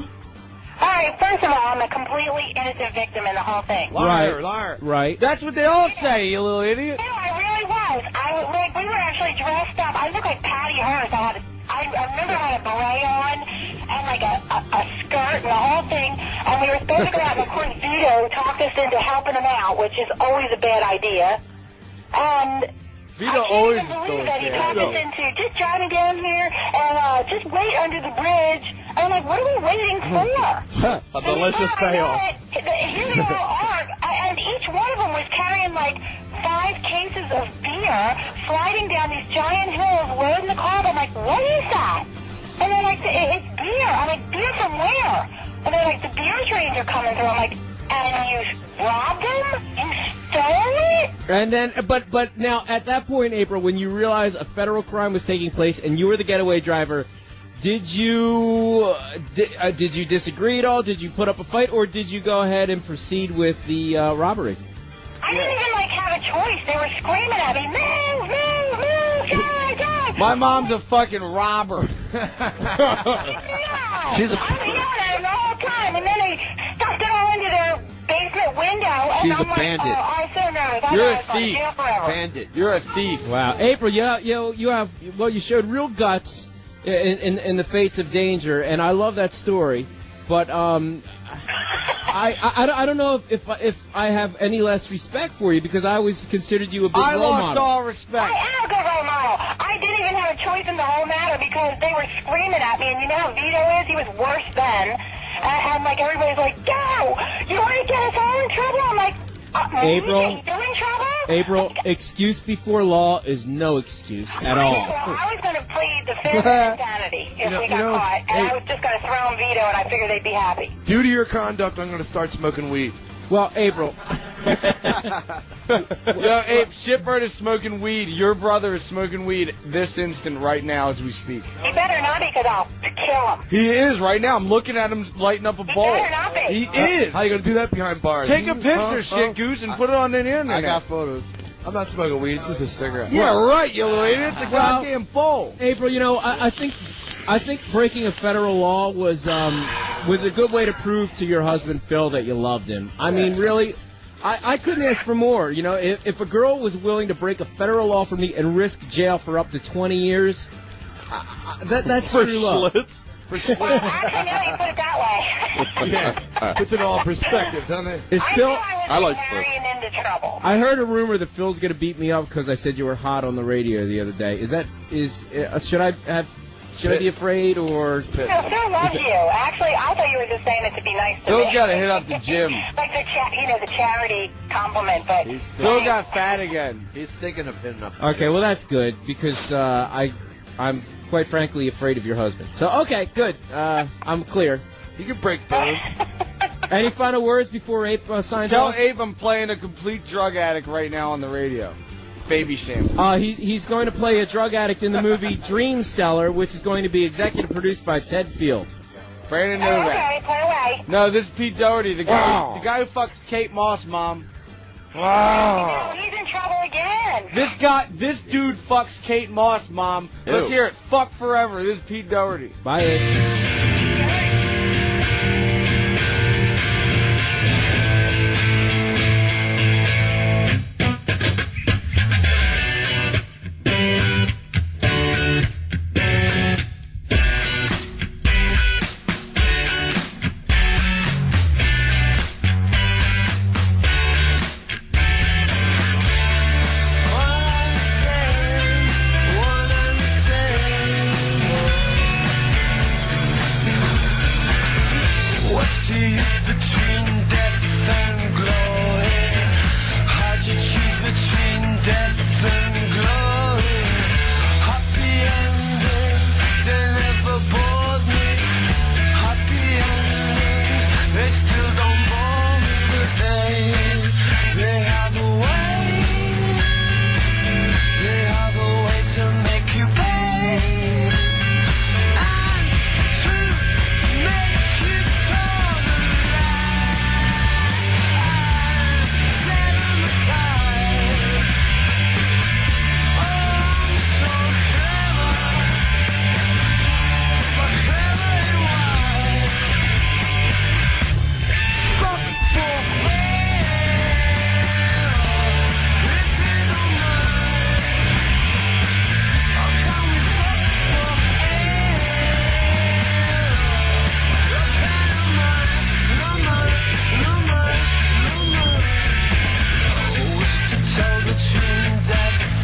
Speaker 3: All right, first of all, I'm a completely innocent victim in the whole thing.
Speaker 8: right, right.
Speaker 5: That's what they all say, you little idiot.
Speaker 3: I really was. I was like, we were actually dressed up. I looked like Patty Hearst. I had, a, I I remember I had a beret on and like a, a, a skirt and the whole thing. And we were supposed to go out, and of course Vito talked us into helping him out, which is always a bad idea. And
Speaker 5: Vito always is
Speaker 3: believe
Speaker 5: going
Speaker 3: that he
Speaker 5: there.
Speaker 3: talked us into just driving down here and uh, just wait under the bridge. And I'm like, what are we waiting for?
Speaker 7: a delicious payoff.
Speaker 3: Here they all are, and each one of them was carrying like five cases of beer, sliding down these giant hills, loading the car. I'm like, what is that? And they're like, "It- it's beer. I'm like, beer from where? And they're like, the beer trains are coming through. I'm like, and you robbed them? You stole it?
Speaker 8: And then, but but now at that point, April, when you realize a federal crime was taking place and you were the getaway driver, did you uh, di- uh, did you disagree at all? Did you put up a fight, or did you go ahead and proceed with the uh, robbery?
Speaker 3: I didn't even like have a choice. They were screaming at me, move, move, move, guy, guy.
Speaker 5: My mom's a fucking robber.
Speaker 3: She's a. I'm yelling at them the whole time, and then they stuffed it all into their basement window. And
Speaker 5: She's
Speaker 3: I'm
Speaker 5: a
Speaker 3: like,
Speaker 5: bandit.
Speaker 3: Oh, I'm so nervous. I
Speaker 5: You're a
Speaker 3: thought I was going to
Speaker 5: thief.
Speaker 3: jail forever.
Speaker 5: Bandit. You're a thief.
Speaker 8: Wow, April, you have, you you have well, you showed real guts in, in in the face of danger, and I love that story. But um, I I, I don't- I don't know if, if if I have any less respect for you because I always considered you a big
Speaker 5: I
Speaker 8: role
Speaker 5: lost
Speaker 8: model.
Speaker 5: all respect.
Speaker 3: I am a good role model. I didn't even have a choice in the whole matter because they were screaming at me, and you know how Vito is? He was worse then. And, and like, everybody's like, go! You want to get us all in trouble? I'm like, uh, me?
Speaker 8: April.
Speaker 3: You in trouble?
Speaker 8: April, excuse before law is no excuse at all.
Speaker 3: Well, I was going to plead the fifth of insanity if
Speaker 18: You know-
Speaker 3: we
Speaker 18: you
Speaker 3: got
Speaker 18: know,
Speaker 3: caught, and
Speaker 18: hey-
Speaker 3: I was just going to throw in Vito, and I figured they'd be happy.
Speaker 18: Due to your conduct, I'm going to start smoking weed.
Speaker 8: Well, April,
Speaker 5: Yo, Ape, Shitbird is smoking weed. Your brother is smoking weed this instant right now as we speak.
Speaker 3: He better not because I'll kill him.
Speaker 5: He is right now. I'm looking at him lighting up a bowl. He is.
Speaker 18: How you gonna do that behind bars?
Speaker 5: Take a picture,
Speaker 18: Huh?
Speaker 5: shit
Speaker 18: Huh?
Speaker 5: goose, and put it on the internet.
Speaker 18: I got photos. I'm not smoking weed. It's just a cigarette.
Speaker 5: Yeah, right, you little idiot. It's a
Speaker 8: Well-
Speaker 5: goddamn bowl.
Speaker 8: April, you know, I, I think I think breaking a federal law was um, was a good way to prove to your husband Phil that you loved him. I mean, really, I, I couldn't ask for more. You know, if, if a girl was willing to break a federal law for me and risk jail for up to twenty years, I, I, that that's
Speaker 18: For
Speaker 8: true love.
Speaker 18: Schlitz? For
Speaker 3: Well, actually, now you put it that way.
Speaker 18: yeah. Puts it all in perspective, doesn't it?
Speaker 8: Is Phil?
Speaker 3: I like Marrying into trouble.
Speaker 8: I heard a rumor that Phil's going to beat me up because I said you were hot on the radio the other day. Is that is uh, should I have should I be afraid or?
Speaker 3: No, Phil loves you. Actually, I thought you were just saying it to be nice to me.
Speaker 5: got to hit up the gym.
Speaker 3: Like the cha- you know, the charity compliment, but
Speaker 5: Phil got fat again.
Speaker 19: He's thinking of hitting up.
Speaker 8: Okay, well that's good because uh, I I'm quite frankly afraid of your husband. So okay, good. Uh, I'm clear.
Speaker 18: You can break bones.
Speaker 8: Any final words before Ape uh, signs
Speaker 5: Tell
Speaker 8: off?
Speaker 5: Abe I'm playing a complete drug addict right now on the radio. Baby shame.
Speaker 8: Uh, he, he's going to play a drug addict in the movie Dream Seller, which is going to be executive produced by Ted Field.
Speaker 5: Brandon Novak. No, this is Pete Doherty, the guy,
Speaker 8: Wow.
Speaker 5: the guy who fucked Kate Moss, mom.
Speaker 3: Oh, he's in trouble again.
Speaker 5: This guy, this dude fucks Kate Moss, mom. Let's
Speaker 8: Ew.
Speaker 5: hear it. Fuck forever. This is Pete Doherty.
Speaker 8: Bye. Abe.
Speaker 4: What's the use between death and glory? How'd you choose between death and glory? Happy endings, they never bored me. Happy endings, they still don't bore me. But they, they have a way. They have a way to make you pay. And to make you turn around.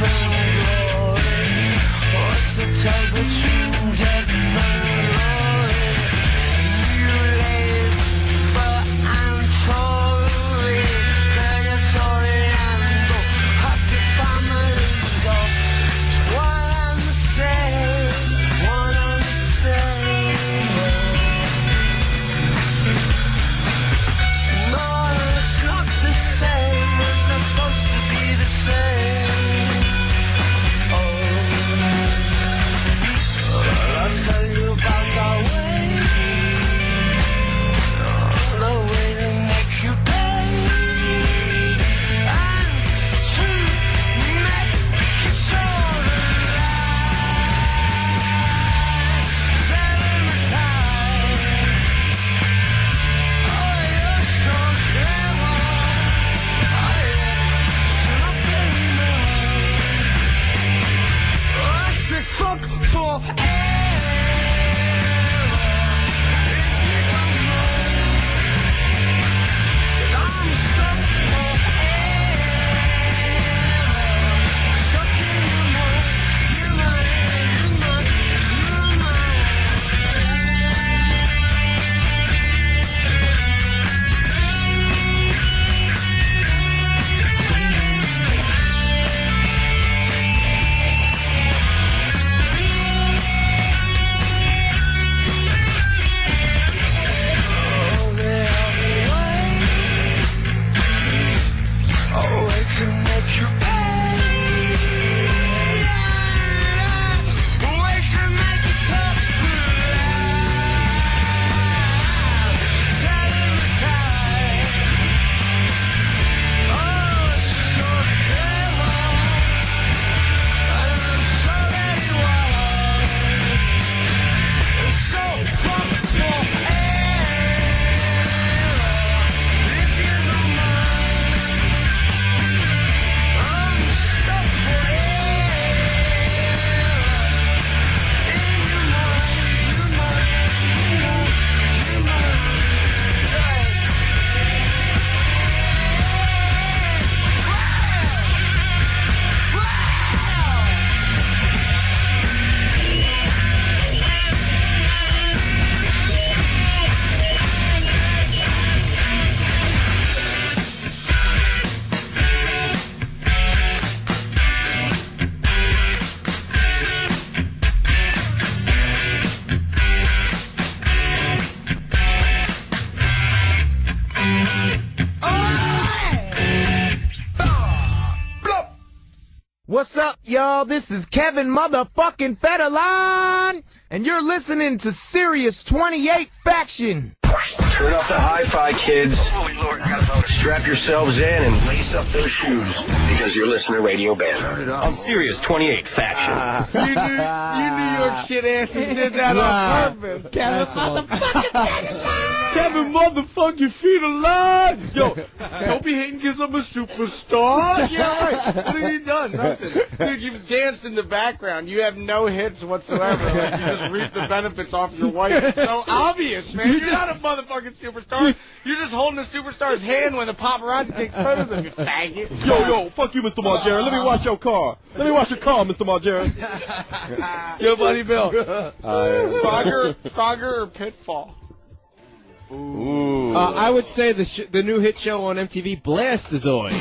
Speaker 4: Oh.
Speaker 19: What's up, y'all? This is Kevin motherfucking Federline, and you're listening to Sirius 28 Faction.
Speaker 20: Turn off the hi-fi, kids. Strap yourselves in and lace up those shoes because you're listening to Radio Banner on Sirius 28 Faction.
Speaker 4: You knew, you New York shit asses did that on purpose. Kevin, motherfucking Kevin, motherfuck your feet alive. Yo, Kobe Hayden gives up a superstar.
Speaker 5: Yeah, right. What have you done? Nothing. Dude, you've danced in the background. You have no hits whatsoever. Like, you just reap the benefits off your wife. It's so obvious, man.
Speaker 21: You
Speaker 5: You're not a motherfucking superstar. You're just holding a superstar's hand when the paparazzi takes photos of you, faggot.
Speaker 22: Yo, yo, fuck you, Mr. Margera. Let me watch your car. Let me watch your car, Mr. Margera.
Speaker 5: Yo, buddy Bill.
Speaker 22: Uh,
Speaker 5: Frogger, Frogger or Pitfall?
Speaker 8: Ooh. Uh, I would say the sh- the new hit show on MTV, Blastazoid.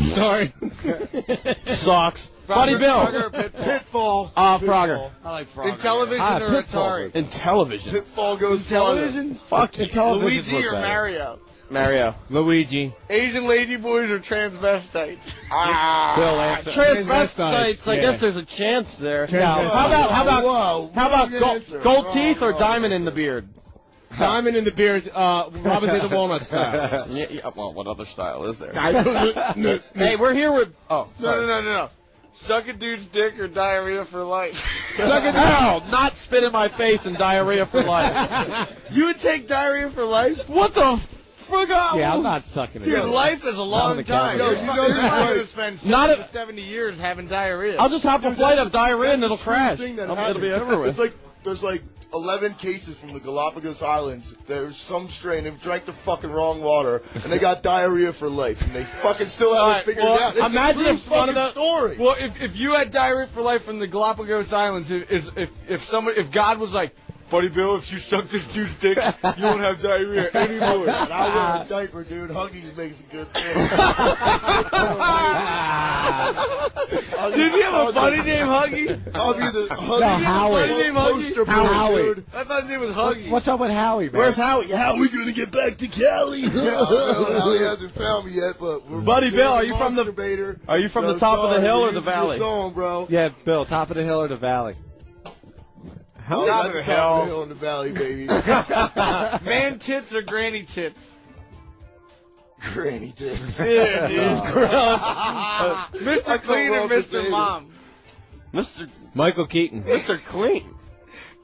Speaker 8: Sorry.
Speaker 22: Socks. Buddy
Speaker 8: Frogger-
Speaker 22: Bill.
Speaker 8: Frogger,
Speaker 22: Pitfall.
Speaker 23: Pitfall. uh,
Speaker 22: Ah, Frogger.
Speaker 23: I like Frogger.
Speaker 5: In television
Speaker 22: Ah,
Speaker 5: or
Speaker 22: Pitfall.
Speaker 5: Atari?
Speaker 22: In television.
Speaker 23: Pitfall goes
Speaker 5: television?
Speaker 22: Fuck you.
Speaker 5: Luigi or Mario?
Speaker 7: Mario.
Speaker 8: Luigi.
Speaker 5: Asian ladyboys or transvestites? Ah,
Speaker 7: Bill answer. Transvestites, I guess there's a chance there.
Speaker 5: No.
Speaker 7: How about how about
Speaker 5: Whoa,
Speaker 7: how about
Speaker 5: wrong answer.
Speaker 7: gold, gold
Speaker 5: Wrong,
Speaker 7: teeth or diamond in the beard?
Speaker 8: Diamond in the beard, uh, Robinson the Walnut style.
Speaker 7: yeah, yeah, well, what other style is there?
Speaker 8: No.
Speaker 7: hey, we're here with. Oh,
Speaker 5: No,
Speaker 7: sorry.
Speaker 5: no, no, no, no. Suck a dude's dick or diarrhea for life.
Speaker 7: Suck it out! Not spit in my face and diarrhea for life.
Speaker 5: you would take diarrhea for life?
Speaker 7: What the fuck?
Speaker 5: Yeah, I'm
Speaker 7: not sucking
Speaker 5: Dude, life is a long time.
Speaker 7: Yo,
Speaker 5: Yo,
Speaker 7: you
Speaker 5: you
Speaker 7: know
Speaker 5: are
Speaker 7: this
Speaker 5: going to
Speaker 7: life-
Speaker 5: spend 60,
Speaker 7: Not
Speaker 5: not
Speaker 7: a-
Speaker 5: 70 years having diarrhea.
Speaker 7: I'll just hop a flight of diarrhea and it'll crash.
Speaker 23: thing that
Speaker 7: Um,
Speaker 23: happens.
Speaker 7: it'll be over with.
Speaker 23: It's like there's like 11 cases from the Galapagos Islands. There's some strain who drank the fucking wrong water and they got diarrhea for life, and they fucking still haven't figured it out. It's a true fucking story.
Speaker 5: Well, if, if you had diarrhea for life from the Galapagos Islands, if if if- if somebody if God was like, Buddy Bill, if you suck this dude's dick, you won't have diarrhea anymore.
Speaker 23: And I
Speaker 18: Uh,
Speaker 23: wear a diaper, dude. Huggies makes a good thing.
Speaker 5: Did you have a buddy named Huggy?
Speaker 23: I'll be the Huggy.
Speaker 5: Did you have a
Speaker 23: Howard.
Speaker 5: buddy named Huggy?
Speaker 23: Poster boy, Howie. dude.
Speaker 5: I thought his name was Huggy.
Speaker 23: What's
Speaker 6: up with Howie, man?
Speaker 23: Where's Howie?
Speaker 2: How we gonna get back to Cali?
Speaker 23: Howie hasn't found me yet, but we're
Speaker 2: Buddy
Speaker 23: doing
Speaker 2: Bill, are you from the-
Speaker 23: masturbator.
Speaker 2: are you from
Speaker 23: So
Speaker 2: the top of the
Speaker 23: sorry,
Speaker 2: hill
Speaker 23: we're
Speaker 2: or the
Speaker 23: using your
Speaker 2: valley?
Speaker 23: Song, bro.
Speaker 6: Yeah, Bill, top of the hill or the valley?
Speaker 23: Oh,
Speaker 5: Top
Speaker 23: that's
Speaker 5: of the
Speaker 23: top
Speaker 5: hill.
Speaker 23: of the hill in the valley, baby.
Speaker 5: Man tits or granny tits?
Speaker 23: Granny tits.
Speaker 5: Yeah, dude.
Speaker 23: Uh, I
Speaker 5: Mr.
Speaker 23: come
Speaker 5: Clean or
Speaker 23: off the
Speaker 5: Mr.
Speaker 23: table.
Speaker 5: Mom?
Speaker 7: Mr.
Speaker 8: Michael Keaton.
Speaker 7: Mr. Clean.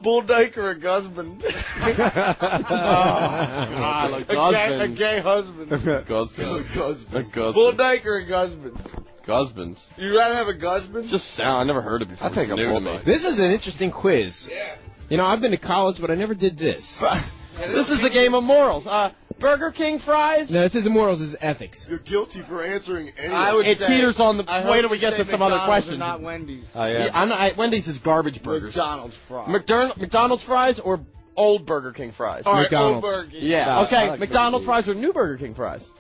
Speaker 5: Bull Dyke or a Guzman? Oh,
Speaker 7: God,
Speaker 5: a,
Speaker 7: like
Speaker 5: gay, a
Speaker 7: Guzman.
Speaker 5: gay husband.
Speaker 7: Guzman. A Guzman.
Speaker 5: Bull Dyke or a Guzman?
Speaker 7: Guzman's.
Speaker 5: You'd rather have a Guzman?
Speaker 7: Just sound. I never heard it before.
Speaker 8: I'll take
Speaker 7: it's
Speaker 8: a
Speaker 7: new
Speaker 8: bull
Speaker 7: to me.
Speaker 8: bite. This is an interesting quiz. You know, I've been to college, but I never did this.
Speaker 7: This is the game of morals. Uh, Burger King fries.
Speaker 8: No, this isn't morals. This is ethics.
Speaker 23: You're guilty for answering anything.
Speaker 7: I would It say- teeters on the-
Speaker 5: I
Speaker 7: wait
Speaker 5: hope
Speaker 7: till we
Speaker 5: you
Speaker 7: get
Speaker 5: say
Speaker 7: to some other
Speaker 5: McDonald's
Speaker 7: questions.
Speaker 5: and Not Wendy's.
Speaker 7: Oh, yeah. I'm not, I, Wendy's is garbage burgers.
Speaker 5: McDonald's fries.
Speaker 7: McDern- McDonald's fries or old Burger King fries?
Speaker 5: All right, McDonald's. old Burger King.
Speaker 7: Yeah.
Speaker 5: Nah, I
Speaker 7: okay.
Speaker 5: like
Speaker 7: McDonald's fries or new Burger King fries?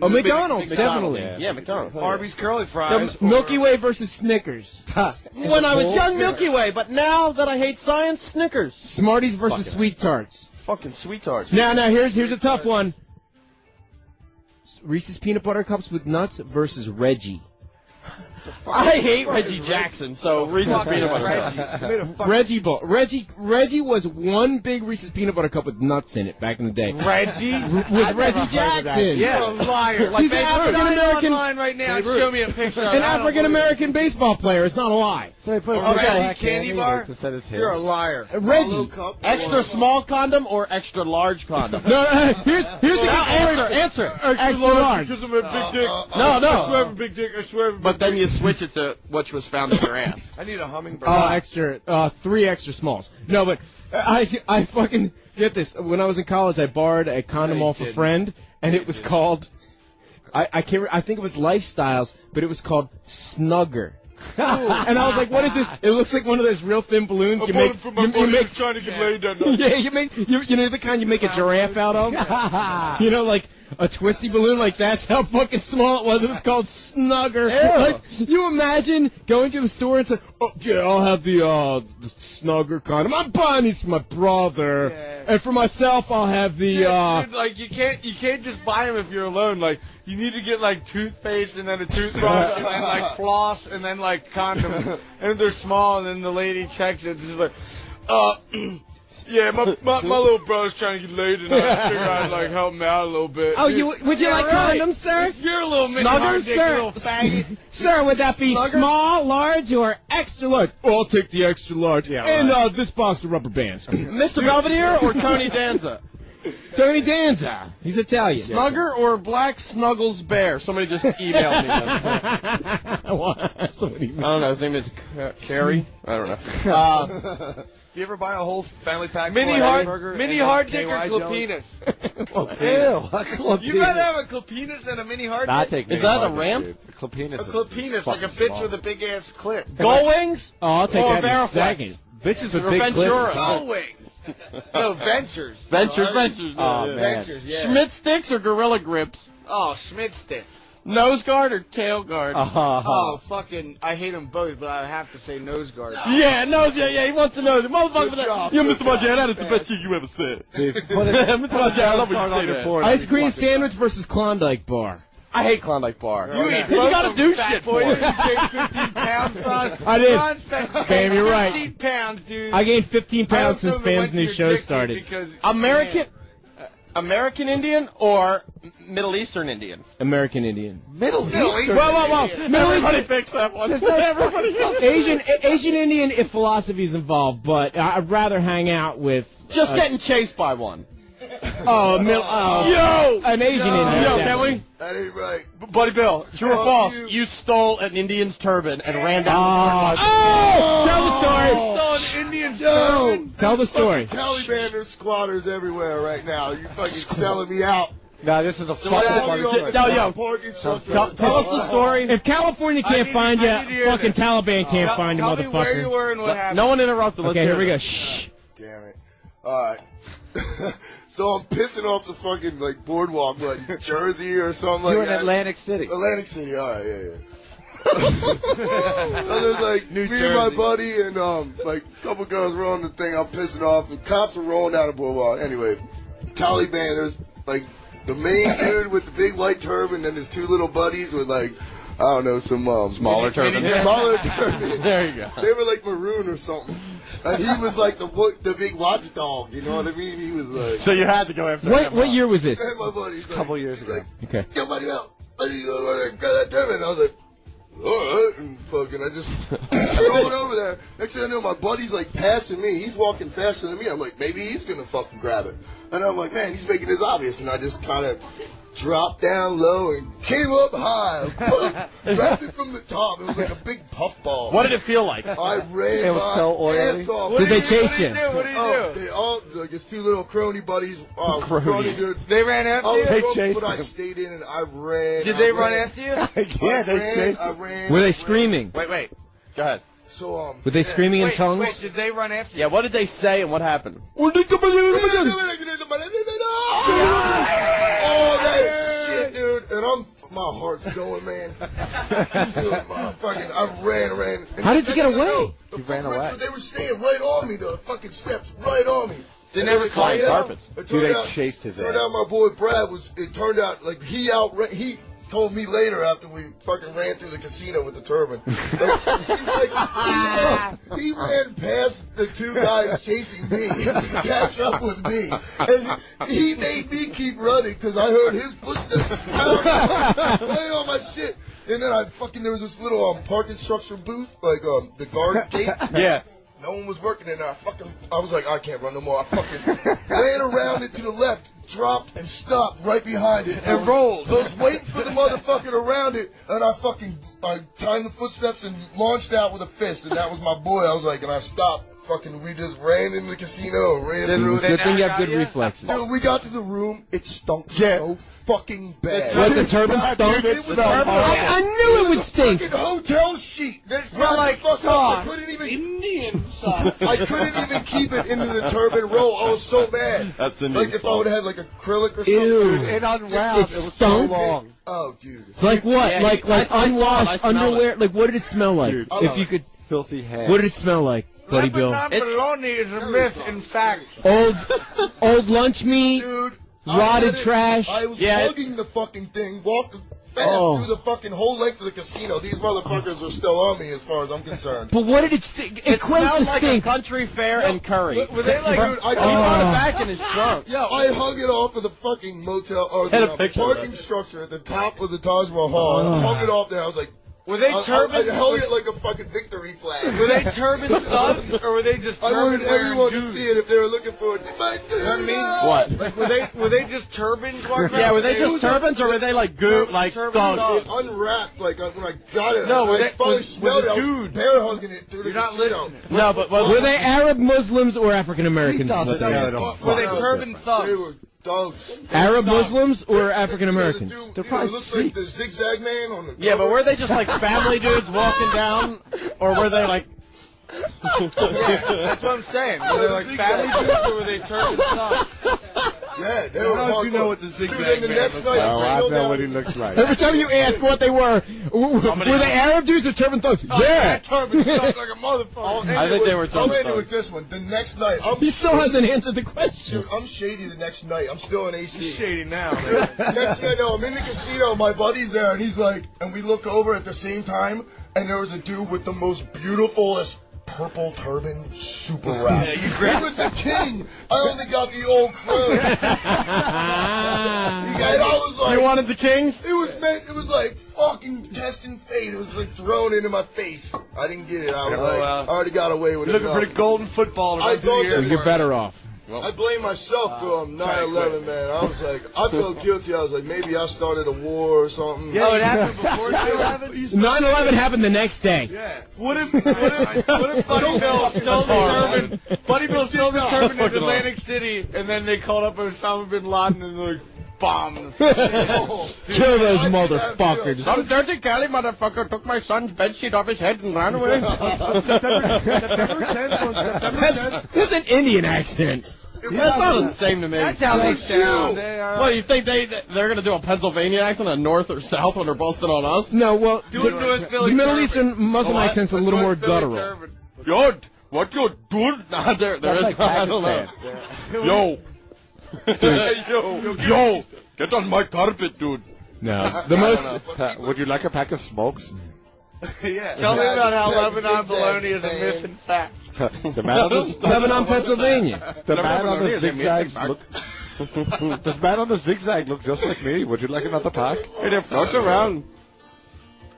Speaker 8: Oh, McDonald's, definitely.
Speaker 7: Yeah, McDonald's.
Speaker 8: Arby's
Speaker 7: curly
Speaker 8: The Milky Way versus Snickers.
Speaker 7: when I was young, Milky Way, but now that I hate science, Snickers.
Speaker 8: Smarties versus
Speaker 7: Fucking-
Speaker 8: Sweet Tarts.
Speaker 7: Fucking sweet tarts.
Speaker 8: Now, now here's here's a tough one. Reese's peanut butter cups with nuts versus Reggie.
Speaker 7: I hate Reggie Jackson, so Reese's
Speaker 8: fuck
Speaker 7: peanut
Speaker 8: is
Speaker 7: butter.
Speaker 8: Reggie?
Speaker 7: Who made a fucking-
Speaker 8: Reggie ball. Reggie Reggie was one big Reese's peanut butter cup with nuts in it back in the day.
Speaker 5: Reggie?
Speaker 8: R-
Speaker 5: I've
Speaker 8: was
Speaker 5: never
Speaker 8: Reggie
Speaker 5: heard of
Speaker 8: Jackson.
Speaker 5: that. You're a liar. Like
Speaker 8: He's an
Speaker 5: Babe Ruth.
Speaker 8: African American.
Speaker 5: Online right now, show me a picture of
Speaker 8: An
Speaker 5: it. I don't
Speaker 8: African American baseball player. It's not a lie.
Speaker 6: So they put
Speaker 5: a Reggie black candy candy bar? to set his hair. You're a liar. Hollow
Speaker 7: Uh, Reggie,
Speaker 5: cup.
Speaker 7: extra small condom or extra large condom?
Speaker 8: No, no, here's here's a
Speaker 7: now
Speaker 8: good
Speaker 7: answer.
Speaker 8: story.
Speaker 7: Answer it.
Speaker 8: Extra Extra large, large.
Speaker 5: Gives him a big dick. I
Speaker 7: No, no.
Speaker 5: swear I have a big dick. I swear I have a big
Speaker 7: But then you switch it to what was found in your ass.
Speaker 23: I need a hummingbird.
Speaker 7: Oh,
Speaker 8: Uh, extra, uh, three extra smalls. No, but I, I fucking get this. When I was in college, I borrowed a condom
Speaker 24: No, you
Speaker 8: off a
Speaker 24: didn't.
Speaker 8: friend, and it was called. I, I can't. re- I think it was Lifestyles, but it was called Snugger. and I was like, "What is
Speaker 24: Ah.
Speaker 8: this? It looks like one of those real thin balloons you
Speaker 5: I bought
Speaker 8: make.
Speaker 5: it from my
Speaker 8: You, you
Speaker 5: buddy
Speaker 8: make
Speaker 5: who's trying to get laid that night.
Speaker 8: yeah, you make you, you know the kind you make a giraffe out of. you know, like
Speaker 24: a twisty balloon. Like that's how fucking small it was. It was called Snugger. Like you imagine going to the store and say, "Oh yeah, I'll have the uh the Snugger condom. I'm buying these for my brother, and for myself, I'll have the uh."
Speaker 5: Dude, like you can't you can't just buy them if you're alone. Like you need to get like toothpaste and then a toothbrush and then like floss and then like condoms. And if they're small, and then the lady checks it, she's like, uh. Yeah, my, my my little bro's trying to get laid, and I figure I'd like help him out a little bit.
Speaker 8: Oh, you would you
Speaker 5: Yeah,
Speaker 8: like
Speaker 5: right.
Speaker 8: condoms, sir?
Speaker 5: If you're a little mini hot
Speaker 8: Snuggers,
Speaker 5: dick,
Speaker 8: sir.
Speaker 5: little faggot.
Speaker 8: sir, would that be
Speaker 5: Snugger?
Speaker 8: small, large, or extra large?
Speaker 24: Oh, I'll take the extra large.
Speaker 8: Yeah,
Speaker 24: and
Speaker 8: right.
Speaker 24: uh, this box of rubber bands.
Speaker 7: Mr. Belvedere or Tony Danza?
Speaker 24: Tony Danza. He's Italian.
Speaker 7: Snugger or Black Snuggles Bear? Somebody just emailed me.
Speaker 24: that. Somebody-
Speaker 7: I don't know. His name is Ca- Carrie. I don't know. Uh,
Speaker 23: Do you ever buy a whole family pack?
Speaker 7: Mini
Speaker 23: full of
Speaker 7: hard-
Speaker 23: hamburger
Speaker 5: mini
Speaker 23: and
Speaker 5: hard
Speaker 23: KY
Speaker 5: dick or
Speaker 23: jelly?
Speaker 5: Clopinas?
Speaker 6: Ew,
Speaker 5: You'd rather have a Clopinas than a mini hard
Speaker 6: Nah, I
Speaker 5: dick?
Speaker 6: take mini hard dick, dude.
Speaker 5: A
Speaker 6: Clopinas. is-
Speaker 5: Clopinas,
Speaker 6: is
Speaker 5: like
Speaker 6: fucking
Speaker 5: a bitch
Speaker 6: small.
Speaker 5: with a big ass clit.
Speaker 7: Gull wings?
Speaker 8: Oh, I'll take
Speaker 5: Or
Speaker 8: that in a
Speaker 5: Veriflex.
Speaker 8: second. Bitches with big
Speaker 5: Ventura.
Speaker 8: clits.
Speaker 5: Gull wings. No, Ventures.
Speaker 7: Venture,
Speaker 5: Oh,
Speaker 7: ventures.
Speaker 8: Oh,
Speaker 7: yeah.
Speaker 8: man.
Speaker 7: Ventures, yeah. Schmidt sticks or gorilla grips?
Speaker 5: Oh, Schmidt sticks.
Speaker 7: Nose guard or tail guard?
Speaker 8: Uh-huh.
Speaker 5: Oh, fucking, I hate them both, but I have to say nose guard.
Speaker 7: Yeah, nose. Yeah, yeah. He wants to know the motherfucker.
Speaker 5: Good
Speaker 7: with that-
Speaker 5: job,
Speaker 7: yeah,
Speaker 5: good
Speaker 7: Mr. Marjan,
Speaker 5: job.
Speaker 7: that is the best shit you ever said.
Speaker 24: Put
Speaker 7: Mr. Marjan, I love when you
Speaker 24: it
Speaker 7: say that.
Speaker 24: Ice cream sandwich verus Klondike bar.
Speaker 7: I hate Klondike bar.
Speaker 24: You
Speaker 7: You
Speaker 24: eat both
Speaker 7: gotta
Speaker 24: of
Speaker 7: do
Speaker 24: them, fat
Speaker 7: shit
Speaker 24: boy.
Speaker 7: for it.
Speaker 24: You gained
Speaker 5: 15 pounds, son.
Speaker 24: I did.
Speaker 5: Son, son,
Speaker 24: Bam, you're right.
Speaker 5: 15 pounds, dude.
Speaker 24: I gained 15
Speaker 5: I
Speaker 24: pounds
Speaker 5: also
Speaker 24: since Bam's
Speaker 5: went to
Speaker 24: new
Speaker 5: your
Speaker 24: show
Speaker 5: dick
Speaker 24: started.
Speaker 5: Because
Speaker 7: American, American Indian or M- Middle Eastern Indian?
Speaker 24: American Indian.
Speaker 7: Middle
Speaker 24: Eastern Whoa, whoa, whoa. Indian. Middle
Speaker 7: Everybody
Speaker 24: Eastern-
Speaker 7: picks that one.
Speaker 24: There's no
Speaker 7: Everybody
Speaker 24: fucking- Asian A- Asian Indian if philosophy's involved, but I- I'd rather hang out with
Speaker 7: Just
Speaker 24: uh,
Speaker 7: getting chased by one.
Speaker 24: oh, a mil- oh,
Speaker 7: Yo!
Speaker 24: an Asian Indian.
Speaker 7: Yo,
Speaker 24: definitely.
Speaker 7: Kelly.
Speaker 23: That ain't right.
Speaker 7: B- Buddy Bill, true or
Speaker 23: Fuck
Speaker 7: false?
Speaker 23: you.
Speaker 7: You. stole an Indian's turban and ran down.
Speaker 24: Oh,
Speaker 7: the
Speaker 24: oh, tell the story.
Speaker 5: Stole an Indian's
Speaker 23: Oh, Yo,
Speaker 24: Tell the story.
Speaker 23: fucking Taliban, there's squatters everywhere right now. You fucking selling me out.
Speaker 6: No, this is a
Speaker 23: Why
Speaker 6: fucking
Speaker 23: don't you
Speaker 6: party.
Speaker 23: open
Speaker 6: No,
Speaker 23: up
Speaker 6: yo.
Speaker 23: parking
Speaker 6: Tell-
Speaker 23: structure?
Speaker 6: tell- tell us
Speaker 23: Oh.
Speaker 6: the story.
Speaker 24: If California
Speaker 6: I
Speaker 24: can't
Speaker 6: need-
Speaker 24: find
Speaker 6: I need to
Speaker 24: you,
Speaker 6: hear
Speaker 24: fucking
Speaker 6: this.
Speaker 24: Taliban can't
Speaker 6: Tell-
Speaker 24: find
Speaker 6: tell
Speaker 24: you,
Speaker 6: me
Speaker 24: motherfucker.
Speaker 6: where you were
Speaker 5: and what happened.
Speaker 24: No one interrupt.
Speaker 23: Let's
Speaker 24: Okay,
Speaker 23: hear
Speaker 24: here we go.
Speaker 23: this.
Speaker 24: Shh.
Speaker 23: Damn it. Alright. so I'm pissing off the fucking like boardwalk, like Jersey or something like
Speaker 6: You're in
Speaker 23: that.
Speaker 6: Atlantic City.
Speaker 23: Atlantic City, alright, yeah, yeah. so there's like
Speaker 6: New
Speaker 23: me and my
Speaker 6: Jersey.
Speaker 23: buddy and um like a couple girls were on the thing, I'm pissing off, and cops are rolling down the boardwalk. Anyway, Taliban, there's like the main dude with the big white turban and his two little buddies with like I don't know, some um,
Speaker 7: Smaller turbans.
Speaker 23: Smaller turbans.
Speaker 7: There you go.
Speaker 23: They were like maroon or something. And he was like the wo- the big watchdog, you know what I mean? He was like.
Speaker 7: So you had to go after
Speaker 23: What-
Speaker 7: him.
Speaker 23: what
Speaker 7: huh?
Speaker 23: year
Speaker 24: was this?
Speaker 23: And my buddy's like,
Speaker 6: couple years ago.
Speaker 24: Okay.
Speaker 23: Yo, buddy, out. What are you doing over there? Got that turban. And I was like, all right. And fucking, I just rolled over there. Next thing I know, my buddy's like passing me. He's walking faster than me. I'm like, maybe he's gonna fucking grab it. And I'm like, man, he's making this obvious. And I just kind of dropped down low and came up high. Dropped it from the top. It was like a big puff ball.
Speaker 7: What did it feel like?
Speaker 23: I ran.
Speaker 7: It was
Speaker 23: my
Speaker 7: so oily.
Speaker 23: ass off.
Speaker 7: What Did did they he- what chase did he you? do?
Speaker 5: What did he
Speaker 23: oh, They all, like, his two little crony buddies. Uh, crony
Speaker 5: Cronies.
Speaker 23: dudes.
Speaker 5: They ran after
Speaker 23: I
Speaker 5: you?
Speaker 23: was
Speaker 5: They
Speaker 23: up,
Speaker 5: chased
Speaker 23: But I
Speaker 5: him.
Speaker 23: stayed in and I ran.
Speaker 5: Did
Speaker 23: I
Speaker 5: they run
Speaker 23: ran.
Speaker 5: after you?
Speaker 23: I ran, I ran.
Speaker 24: Were they screaming?
Speaker 7: Wait, wait. Go ahead.
Speaker 23: So, um.
Speaker 24: Were they screaming in
Speaker 7: Wait,
Speaker 24: tongues?
Speaker 7: wait,
Speaker 5: Did they run after
Speaker 7: Yeah, what did they say and what happened?
Speaker 23: All that shit, dude. And I'm, my heart's going, man. dude, my fucking, I ran, ran. And
Speaker 6: How did
Speaker 23: next
Speaker 6: you
Speaker 23: thing
Speaker 6: get
Speaker 23: I know,
Speaker 6: away? You ran away.
Speaker 23: They were staying right on me, the fucking steps right on me.
Speaker 5: They
Speaker 23: And
Speaker 5: never
Speaker 23: it
Speaker 5: caught
Speaker 23: turned
Speaker 5: you.
Speaker 23: out-
Speaker 5: Carpets.
Speaker 23: it
Speaker 6: Dude,
Speaker 23: turned
Speaker 6: they
Speaker 23: out-
Speaker 6: chased his
Speaker 23: Turned
Speaker 6: ass.
Speaker 23: out my boy Brad was. It turned out like he out. He told me later after we fucking ran through the casino with the turban. Like, he's like, he, he ran past the two guys chasing me to catch up with me, and he made me keep running because I heard his footsteps right on my shit. And then I fucking there was this little um, parking structure booth, like um the guard gate.
Speaker 7: Yeah.
Speaker 23: No one was working, and I fucking, I was like, I can't run no more. I fucking ran around it to the left, dropped, and stopped right behind it. And rolled. I was waiting for the motherfucker to round it, and I fucking, I timed the footsteps and launched out with a fist, and that was my boy. I was like, and I stopped, Fucking, we just ran into the casino, ran
Speaker 24: Good
Speaker 23: through.
Speaker 24: thing you have good reflexes.
Speaker 23: Dude, we got to the room. It stunk so fucking bad.
Speaker 24: Was the turban stunk?
Speaker 23: It was
Speaker 24: The turban-
Speaker 23: horrible.
Speaker 24: I- I knew it
Speaker 23: was
Speaker 24: would
Speaker 23: a
Speaker 24: stink.
Speaker 23: fucking hotel sheet.
Speaker 24: This
Speaker 23: Wrapped
Speaker 24: smelled like
Speaker 23: the fuck up. I
Speaker 24: sauce.
Speaker 23: couldn't even. Indian sauce. I couldn't even keep it into the turban roll. I was so mad.
Speaker 22: That's Indian
Speaker 23: Like if I
Speaker 22: sauce.
Speaker 23: would have had like acrylic or something.
Speaker 22: Ew.
Speaker 23: dude,
Speaker 22: It unwound.
Speaker 23: dude,
Speaker 22: It stunk.
Speaker 23: Oh, dude.
Speaker 8: It's like what?
Speaker 23: Yeah,
Speaker 8: like
Speaker 23: I-
Speaker 8: like
Speaker 23: I smell it. I
Speaker 8: unwashed
Speaker 23: smell it.
Speaker 8: underwear? Like what did it smell like?
Speaker 23: Dude,
Speaker 8: if
Speaker 23: oh.
Speaker 8: you could,
Speaker 6: filthy hair.
Speaker 8: what did it smell like, Buddy Bill?
Speaker 5: bologna is a myth, in fact.
Speaker 8: old old lunch meat, rotted trash.
Speaker 23: I was hugging the fucking thing, walked fast
Speaker 8: Oh.
Speaker 23: through the fucking whole length of the casino. These motherfuckers are still on me as far as I'm concerned.
Speaker 8: But what did it stink?
Speaker 23: It smelled
Speaker 8: Equate the
Speaker 23: like a
Speaker 8: stink.
Speaker 7: country fair and curry.
Speaker 23: Were they like, dude, I
Speaker 7: He brought it back in his trunk.
Speaker 23: Yo, I hung it off of the fucking motel or
Speaker 7: Had a
Speaker 23: the uh,
Speaker 7: picture
Speaker 23: parking
Speaker 7: of
Speaker 23: structure at the top of the Taj Mahal. I
Speaker 5: Ugh.
Speaker 23: hung it off there. I was like,
Speaker 5: Were they
Speaker 23: I- I-
Speaker 5: turbans?
Speaker 23: I, hung it like a fucking victory flag.
Speaker 5: Were they turban thugs or were they just
Speaker 23: I wanted
Speaker 5: turban
Speaker 23: everyone to see it if they were looking for it. My dude,
Speaker 5: What? Like, were they were they just turbans? walking around?
Speaker 23: Yeah, were they just
Speaker 5: was-
Speaker 23: turbans or were they like goo- like
Speaker 5: turban
Speaker 23: Dog,
Speaker 5: thugs?
Speaker 23: it unwrapped like uh, when I got it.
Speaker 5: No,
Speaker 23: No, I
Speaker 5: were they-
Speaker 23: finally
Speaker 5: was-
Speaker 23: smelled
Speaker 5: was
Speaker 23: it.
Speaker 5: it
Speaker 23: I was
Speaker 5: dude?
Speaker 23: bear hugging it through the
Speaker 5: You're not
Speaker 23: casino.
Speaker 7: No, but was-
Speaker 8: were they Arab Muslims or African Americans?
Speaker 23: Were they turban thugs? They were thugs.
Speaker 8: Arab Muslims or African Americans?
Speaker 23: They're probably looks like the zigzag man on the.
Speaker 7: Yeah, but were they just like family dudes walking down, or were they like?
Speaker 5: That's what I'm saying. Were they like family dudes or were they turban thugs?
Speaker 23: Yeah, they
Speaker 5: were
Speaker 23: hardcore.
Speaker 5: you know what the
Speaker 23: Dude, and
Speaker 5: zigzag
Speaker 23: the next night,
Speaker 6: Oh, I
Speaker 23: I
Speaker 6: know
Speaker 23: know
Speaker 6: what he looks like.
Speaker 23: Oh,
Speaker 8: Every time you ask what they were, w- w-
Speaker 6: Somebody-
Speaker 8: were they Arab dudes or turban thugs?
Speaker 23: Oh,
Speaker 8: yeah.
Speaker 23: that turban sounds like
Speaker 8: motherfucker.
Speaker 23: I'll end it with- I'll end it with this one. The next night, I'm
Speaker 8: He still hasn't answered the question.
Speaker 23: Dude, I'm shady the next night. I'm still in AC. shady now. next thing I know, I'm in the casino. My buddy's there, and he's like, and we look over at the same time, and there was a dude with the most beautifulest purple turban, super wrap.
Speaker 4: Yeah, you
Speaker 23: he
Speaker 4: grabbed-
Speaker 23: was the king. I only got the old crown. you guys, I was like,
Speaker 7: You wanted the kings?
Speaker 23: It was meant. It was like fucking test and fate. It was like thrown into my face. I didn't get it. I was
Speaker 18: Yeah,
Speaker 23: like,
Speaker 18: well,
Speaker 23: I already got away with it.
Speaker 18: Looking for the golden football. to
Speaker 23: I
Speaker 18: run through the
Speaker 23: thought
Speaker 18: air.
Speaker 23: that- You're better
Speaker 8: off.
Speaker 23: I blame myself for um, 9 11, man. I was like, I felt guilty. I was like, maybe I started a war or something.
Speaker 8: Yeah, Oh, it happened
Speaker 23: before
Speaker 8: 9 11 happened the next day.
Speaker 5: What if what if, what if Buddy Bill stole the turban? Buddy Bill stole the turban in Atlantic City, and then they called up Osama bin Laden and like bombed.
Speaker 8: Kill those motherfuckers.
Speaker 5: Some dirty Cali motherfucker took my son's bedsheet off his head and ran away.
Speaker 8: That's, that's an Indian accent.
Speaker 7: That sounds the same to me.
Speaker 8: That's how they sound. They are-
Speaker 7: What do you think they they're gonna do a Pennsylvania accent, a North or South, when they're busting on us?
Speaker 8: No, well,
Speaker 7: Do
Speaker 8: the,
Speaker 7: it to us, Philly
Speaker 8: the Middle
Speaker 7: Turban.
Speaker 8: Eastern Muslim
Speaker 7: Oh, what?
Speaker 8: accent's a little more guttural.
Speaker 7: Yo, what you doing? Nah, there, there is.
Speaker 8: That's like
Speaker 7: I don't know. Yo. yo, yo, get on my carpet, dude.
Speaker 6: No,
Speaker 7: the most-
Speaker 6: would you like a pack of smokes?
Speaker 5: yeah. Tell me about how Lebanon bologna is a myth in fact.
Speaker 6: the man on the
Speaker 8: Lebanon, Pennsylvania.
Speaker 6: The
Speaker 5: Lebanon,
Speaker 6: man on the
Speaker 5: Pennsylvania, they
Speaker 6: zigzag
Speaker 5: made
Speaker 6: look. this man on the zigzag look just like me. Would you like another pack?
Speaker 18: Hey, they're floating around.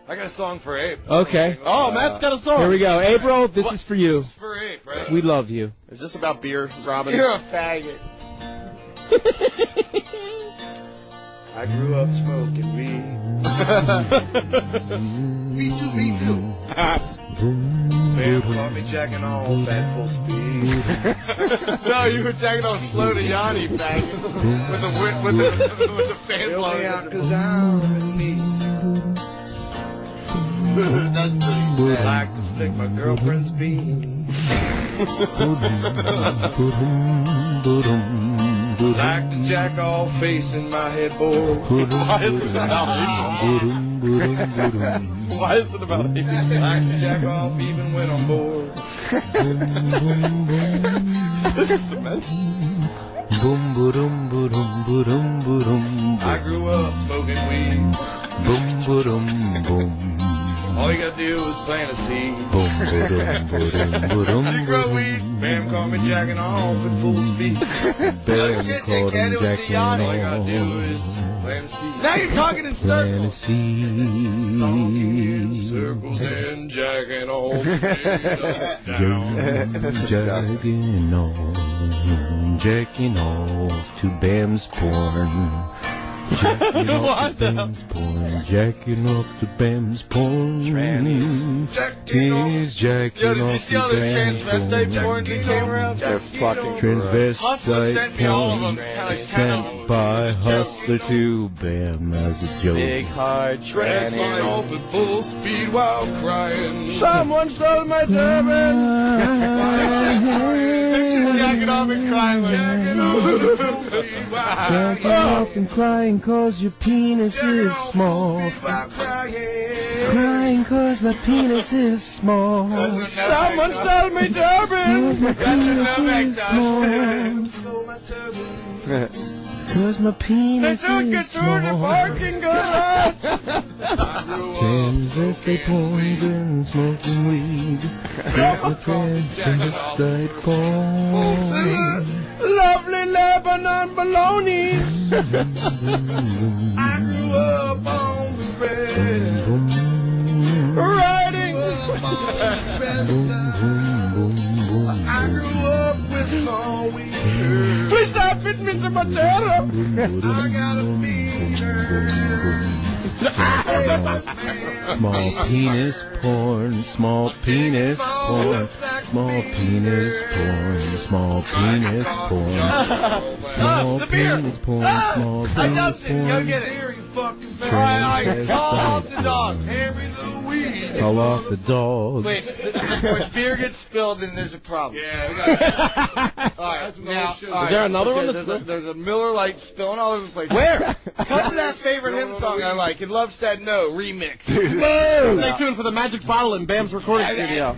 Speaker 18: I got a song for Abe.
Speaker 8: Okay.
Speaker 18: Oh, Matt's got a song.
Speaker 8: Here we go. April, this is for you.
Speaker 18: for Abe, right?
Speaker 8: We love you.
Speaker 7: Is this about beer, Robin?
Speaker 5: You're a faggot.
Speaker 25: I grew up smoking weed. me too, me too. Bam, caught me jacking off at full speed.
Speaker 5: No, you were jacking off slow to Yanni, faggot. With the wi- with the with the
Speaker 25: Help
Speaker 5: fan
Speaker 25: me
Speaker 5: blowing.
Speaker 25: out, cause I'm in need. That's pretty. I like to flick my girlfriend's bean. like to jack off facing my headboard.
Speaker 4: Why is this
Speaker 25: Why is it about me? Like to jack off even when I'm bored. this is demented.
Speaker 4: Boom, boom, boom, boom, boom, boom.
Speaker 25: I grew up smoking weed.
Speaker 4: Boom, boom, boom.
Speaker 25: All you gotta do is plant a seed.
Speaker 4: Boom, boom, boom, boom.
Speaker 25: you grow weed. Bam, call me jacking off at full speed.
Speaker 4: Bam, shit, call me Jack, it was a jacking yacht.
Speaker 25: All you gotta do is plant a seed.
Speaker 4: Now you're talking in circles.
Speaker 25: Circles and jacking off.
Speaker 4: Jacking off, jacking off to Bam's porn. Jacking
Speaker 13: What
Speaker 4: off the Ben's porn. Jacking off the Ben's porn. Trannies. Jacking off. Jacking
Speaker 5: Yo,
Speaker 4: off
Speaker 5: did you see all
Speaker 4: the
Speaker 5: those
Speaker 4: Ben's
Speaker 5: transvestite
Speaker 4: porn.
Speaker 5: porns that came around?
Speaker 4: They're fucking
Speaker 5: Hustler
Speaker 4: transvestite
Speaker 5: sent me all of
Speaker 4: porn.
Speaker 5: them. Kinda like ten of
Speaker 4: Sent by Hustler to Bam as a joke.
Speaker 7: Big hard
Speaker 4: Trans line off
Speaker 7: at full speed while crying.
Speaker 5: Someone stole my turban. Jacking off and crying.
Speaker 13: Jacking off and crying cause your penis is small. Crying cause my penis is small.
Speaker 4: Someone stole my turban.
Speaker 13: My penis is small. Cause my penis is small.
Speaker 4: Transvestite porns and smoking weed. Got my transvestite porn.
Speaker 13: Lovely Lebanon bologna. I grew up on the red. Riding. I grew up with long weed. Please stop it, Mr. Matera. I gotta feed her.
Speaker 4: Small penis porn, small penis porn, small penis porn, small penis porn, small penis porn, small penis porn. Call off the dog.
Speaker 5: Wait, when beer gets spilled, then there's a problem. Yeah, we
Speaker 4: got-
Speaker 5: all right,
Speaker 4: what we
Speaker 5: now,
Speaker 4: should-
Speaker 5: all right,
Speaker 4: Is there another one
Speaker 5: okay,
Speaker 4: that's-
Speaker 5: There's a, there's a Miller Lite spilling all over the place. Where? Come to that favorite hymn song I like, and Love Said No remix.
Speaker 22: Stay tuned for the magic bottle in Bam's recording studio.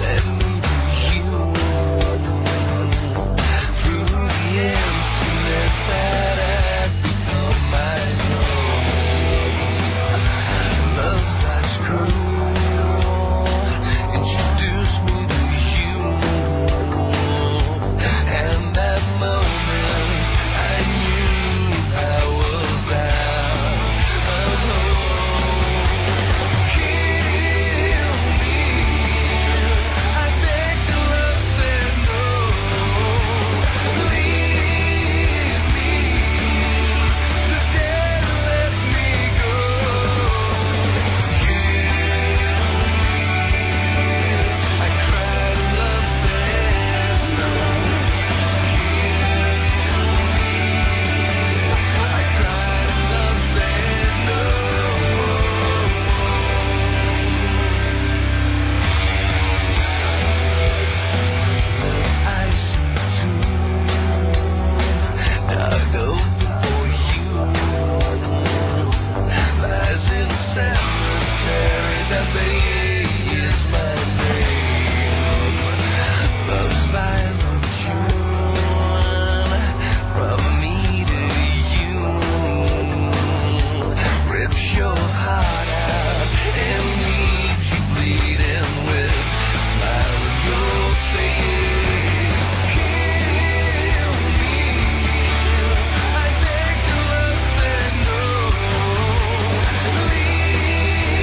Speaker 4: Let me be you.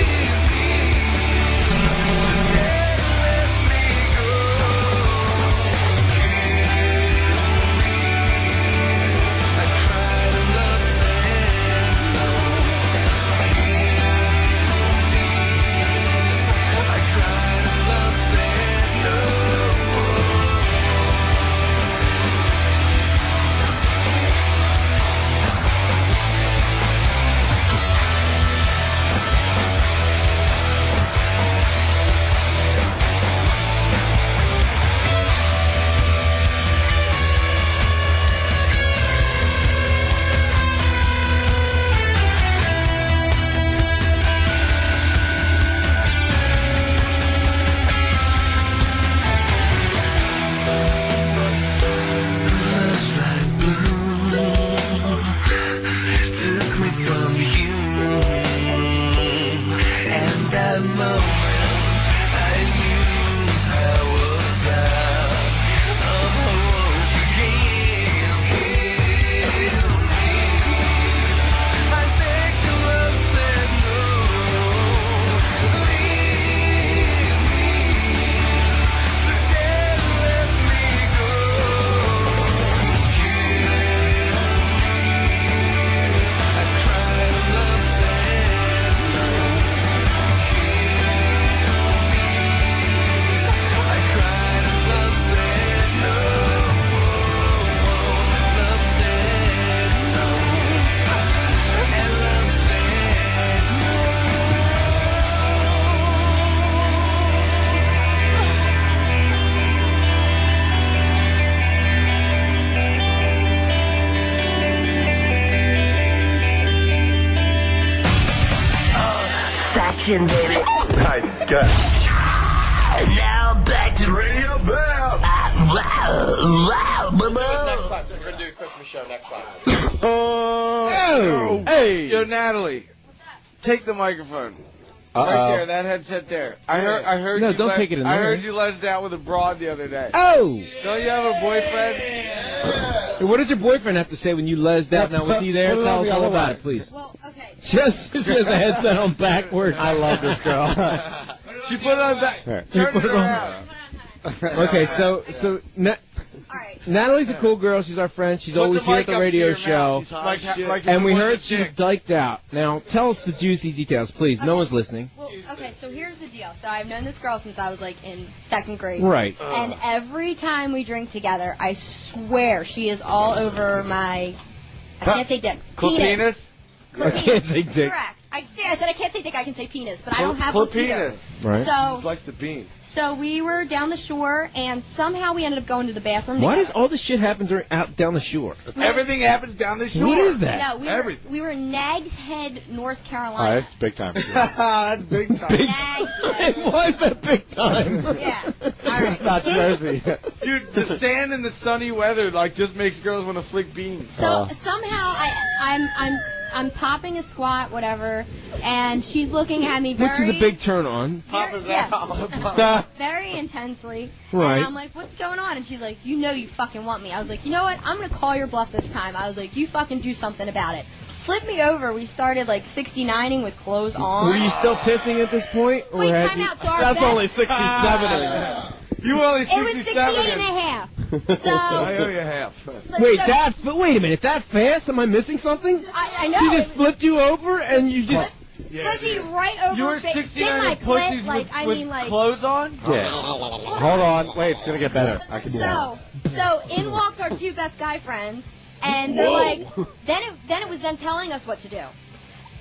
Speaker 4: oh. that moment, I knew I was out Oh, of hope again. Kill me. I think the world said no. Leave me. Today, let me go. I cried and love said no. I cried and love said no. Love said no. And love said no. Faction, baby.
Speaker 26: My God.
Speaker 4: Now back to Radio Bell. Ah, wow, wow, boo-boo.
Speaker 7: Next time, so we're gonna do a Christmas show next time.
Speaker 5: Oh, hey, yo, Natalie, take the microphone. Right
Speaker 7: Uh-oh.
Speaker 5: there, that headset there. I heard. I heard.
Speaker 8: No,
Speaker 5: you
Speaker 8: don't
Speaker 5: let-
Speaker 8: take it in
Speaker 5: I
Speaker 8: there.
Speaker 5: heard you let us out with a broad the other day.
Speaker 8: Oh.
Speaker 5: don't you have a boyfriend?
Speaker 8: What does your boyfriend have to say when you lesed out? Now was he there?
Speaker 5: Put it on
Speaker 8: Tell us
Speaker 5: the
Speaker 8: all
Speaker 5: other
Speaker 8: about
Speaker 5: way.
Speaker 8: it, please.
Speaker 4: Well, okay.
Speaker 8: Just she has the headset on backwards.
Speaker 4: I love this girl.
Speaker 5: she put it on back.
Speaker 8: Turn it
Speaker 5: around.
Speaker 8: okay, so so Na- Natalie's a cool girl. She's our friend. She's
Speaker 5: Put the
Speaker 8: always here at
Speaker 5: mic
Speaker 8: the
Speaker 5: up to
Speaker 8: radio
Speaker 5: your
Speaker 8: show.
Speaker 5: mouth. She's hot Like- as shit. like
Speaker 8: and we
Speaker 5: you want
Speaker 8: heard
Speaker 5: a
Speaker 8: she was dyked out. Now tell us the juicy details, please. No one's listening.
Speaker 27: Well, okay, so here's the deal. So I've known this girl since I was like in second grade.
Speaker 8: Right.
Speaker 27: And every time we drink together, I swear she is all over my. I can't say dick. Clip
Speaker 8: I can't say dick.
Speaker 27: Correct. I, I said I can't say dick. I can say penis, but I don't have
Speaker 23: Clip
Speaker 27: one either.
Speaker 23: penis.
Speaker 8: Right.
Speaker 27: So
Speaker 23: Just likes the bean.
Speaker 27: so we were down the shore, and somehow we ended up going to the bathroom.
Speaker 8: Why does
Speaker 27: together.
Speaker 8: all this shit happen during, out down the shore?
Speaker 27: Everything
Speaker 8: happens down the What is that?
Speaker 27: No, we were, we were in Nags Head, North
Speaker 6: All right,
Speaker 27: Carolina.
Speaker 6: that's big time.
Speaker 27: That's big time.
Speaker 8: Why is that big time?
Speaker 27: yeah.
Speaker 6: it's not Jersey.
Speaker 5: Dude, the sand and the sunny weather like just makes girls want to flick beans.
Speaker 27: So
Speaker 8: Uh.
Speaker 27: somehow I, I'm I'm I'm popping a squat, whatever, and she's looking at me very
Speaker 8: Which is a big turn on.
Speaker 27: very, yes, very intensely.
Speaker 8: Right.
Speaker 27: And I'm like, what's going on? And she's like, you know you fucking want me. I was like, you know what? I'm gonna call your bluff this time. I was like, you fucking do something about it. Flip me over. We started like 69ing with clothes on.
Speaker 8: Were you still pissing at this point? Or
Speaker 27: Wait,
Speaker 8: had
Speaker 27: time
Speaker 8: you-
Speaker 27: out, so our That's best- only
Speaker 8: 67
Speaker 5: You only
Speaker 27: It was 68 and a half. So
Speaker 8: I owe you
Speaker 5: half.
Speaker 8: Wait,
Speaker 27: so-
Speaker 8: that. fa- Wait a minute. That fast? Am I missing something?
Speaker 27: I, I know.
Speaker 8: She just flipped you over and you just.
Speaker 27: Flipped me right over.
Speaker 5: You were
Speaker 27: bit- bit
Speaker 5: 69
Speaker 27: my
Speaker 5: and pussies
Speaker 27: clit, like
Speaker 5: with,
Speaker 27: I
Speaker 5: with
Speaker 27: mean, like
Speaker 5: clothes on?
Speaker 6: Yeah. Hold on. Wait, it's gonna get better. I can do
Speaker 27: So,
Speaker 6: that.
Speaker 27: so in walks our two best guy friends, and they're
Speaker 6: Whoa.
Speaker 27: like, then it, then it was them telling us what to do.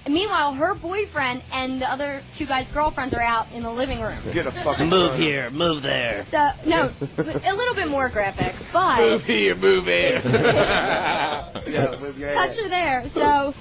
Speaker 27: Meanwhile, her boyfriend and the other two guys' girlfriends are out in the living room.
Speaker 4: Get a
Speaker 5: fucking
Speaker 4: move here, move there.
Speaker 27: So, no, a little bit more graphic, but
Speaker 4: Move here, move there. yeah, move your
Speaker 27: touch her there. So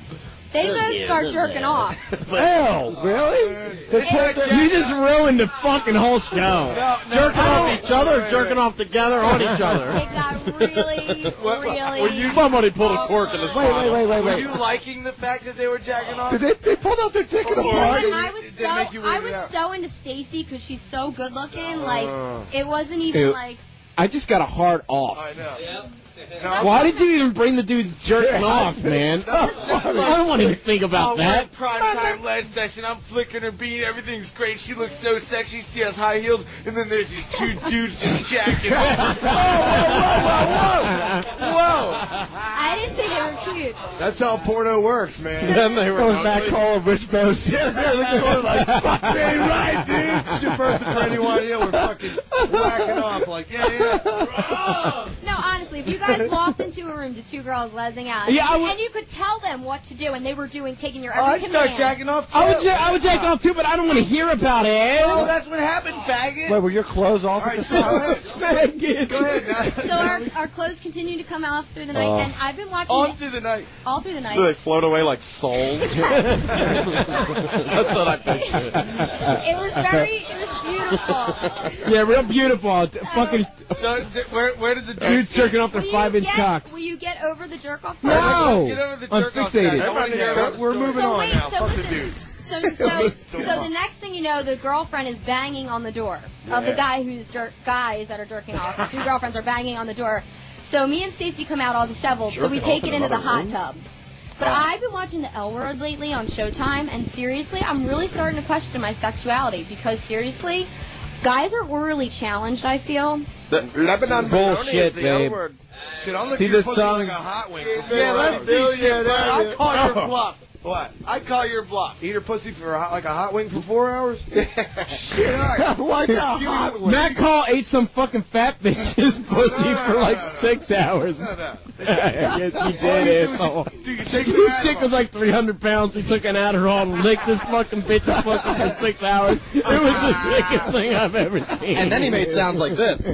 Speaker 27: they
Speaker 4: Look
Speaker 27: both
Speaker 4: here,
Speaker 27: start
Speaker 4: look
Speaker 27: jerking
Speaker 4: there.
Speaker 27: off.
Speaker 8: Hell, really? you just ruined the fucking whole show.
Speaker 28: jerking off each other, or jerking off together on each
Speaker 27: It
Speaker 28: other.
Speaker 27: got really,
Speaker 28: Well,
Speaker 27: really.
Speaker 28: you- somebody pulled a cork in his
Speaker 6: Wait, wait, wait, wait,
Speaker 5: Were
Speaker 6: wait.
Speaker 5: you liking the fact that they were jacking off?
Speaker 6: Did they, they pulled out their dick in a
Speaker 27: You know what?
Speaker 6: party?
Speaker 27: I was
Speaker 5: It
Speaker 27: so
Speaker 5: didn't make you
Speaker 27: I
Speaker 5: weirded
Speaker 27: was
Speaker 5: out. Uh.
Speaker 27: so into Stacy because she's so good looking. Like it wasn't even
Speaker 8: Ew.
Speaker 27: like
Speaker 8: I just got a hard off.
Speaker 23: No.
Speaker 8: Why did you even bring the dudes jerking off, man? I don't want to even think
Speaker 5: oh,
Speaker 8: about that.
Speaker 5: Prime time lead session. I'm flicking her bean. Everything's great. She looks so sexy. She has high heels, and then there's these two dudes just jacking. off.
Speaker 27: I didn't think they were cute.
Speaker 28: That's how porno works, man.
Speaker 6: Then they were Going back ugly.
Speaker 28: call of Rich Mouse. yeah, they were like, fuck me right, dude. She first of anyone, yeah, we're fucking whacking off. Like, yeah, yeah.
Speaker 27: No, honestly, if you guys walked into a room to two girls lesing out,
Speaker 8: Yeah, I
Speaker 27: and,
Speaker 8: would-
Speaker 27: you could tell them what to do, and they were doing taking your every
Speaker 5: Oh, I
Speaker 27: command.
Speaker 5: start jacking off too.
Speaker 8: I would, ja- I would jack off too, but I don't want to hear about it.
Speaker 5: Oh, that's what happened, faggot.
Speaker 6: Wait, were your clothes off at the time?
Speaker 8: Faggot.
Speaker 27: so our, our clothes continue to come off through the night,
Speaker 6: Oh.
Speaker 27: and I've been watching
Speaker 5: On
Speaker 27: it
Speaker 5: through the night.
Speaker 27: all through the night.
Speaker 28: Do they float away like souls? That's what I picture.
Speaker 27: It was very, it was beautiful.
Speaker 8: yeah, real beautiful. D- Fucking
Speaker 5: So, d- where, where did the
Speaker 8: dudes jerking off their
Speaker 27: Will you
Speaker 8: five inch
Speaker 27: get-
Speaker 8: cocks.
Speaker 27: Will you get over the jerk off?
Speaker 8: No!
Speaker 27: part?
Speaker 8: I'm fixated.
Speaker 28: We're moving
Speaker 27: So
Speaker 28: on
Speaker 27: wait,
Speaker 28: now.
Speaker 27: so
Speaker 28: Fuck the
Speaker 27: listen,
Speaker 28: dudes.
Speaker 27: So, so, so the next thing you know, the girlfriend is banging on the door of the
Speaker 3: Yeah.
Speaker 27: guy who's jer- guys that are jerking off. The two girlfriends are banging on the door. So me and Stacy come out all disheveled. so we
Speaker 3: Jerking
Speaker 27: take
Speaker 3: off
Speaker 27: it
Speaker 3: in
Speaker 27: into the
Speaker 3: another
Speaker 27: hot
Speaker 3: room?
Speaker 27: tub. But
Speaker 3: Oh.
Speaker 27: I've been watching The L Word lately on Showtime, and seriously, I'm really starting to question my sexuality because seriously, guys are orally challenged. I feel.
Speaker 7: The Lebanon
Speaker 4: Bullshit,
Speaker 7: baloney is the
Speaker 4: babe.
Speaker 7: L-word.
Speaker 4: Shit, I'll lick
Speaker 7: See
Speaker 4: your
Speaker 7: this
Speaker 4: pussy
Speaker 7: song?
Speaker 4: like a hot wing.
Speaker 7: Yeah, let's do
Speaker 4: Still,
Speaker 7: shit,
Speaker 4: yeah,
Speaker 7: bro.
Speaker 4: that
Speaker 7: I
Speaker 4: is-
Speaker 7: call
Speaker 5: Oh.
Speaker 7: your bluff.
Speaker 4: What?
Speaker 7: I call your bluff.
Speaker 4: Eat her pussy for a hot, like a hot wing for four hours? Shit,
Speaker 8: Like
Speaker 4: a hot wing.
Speaker 8: Matt Call ate some fucking fat bitch's pussy for like six hours. yes, he
Speaker 4: All you do
Speaker 8: did,
Speaker 4: is
Speaker 8: asshole.
Speaker 4: you- you take the
Speaker 8: This
Speaker 4: hat
Speaker 8: chick was like 300 pounds. He took an Adderall and licked this fucking bitch's pussy for six hours. It was the sickest thing I've ever seen.
Speaker 7: And then he made sounds like this.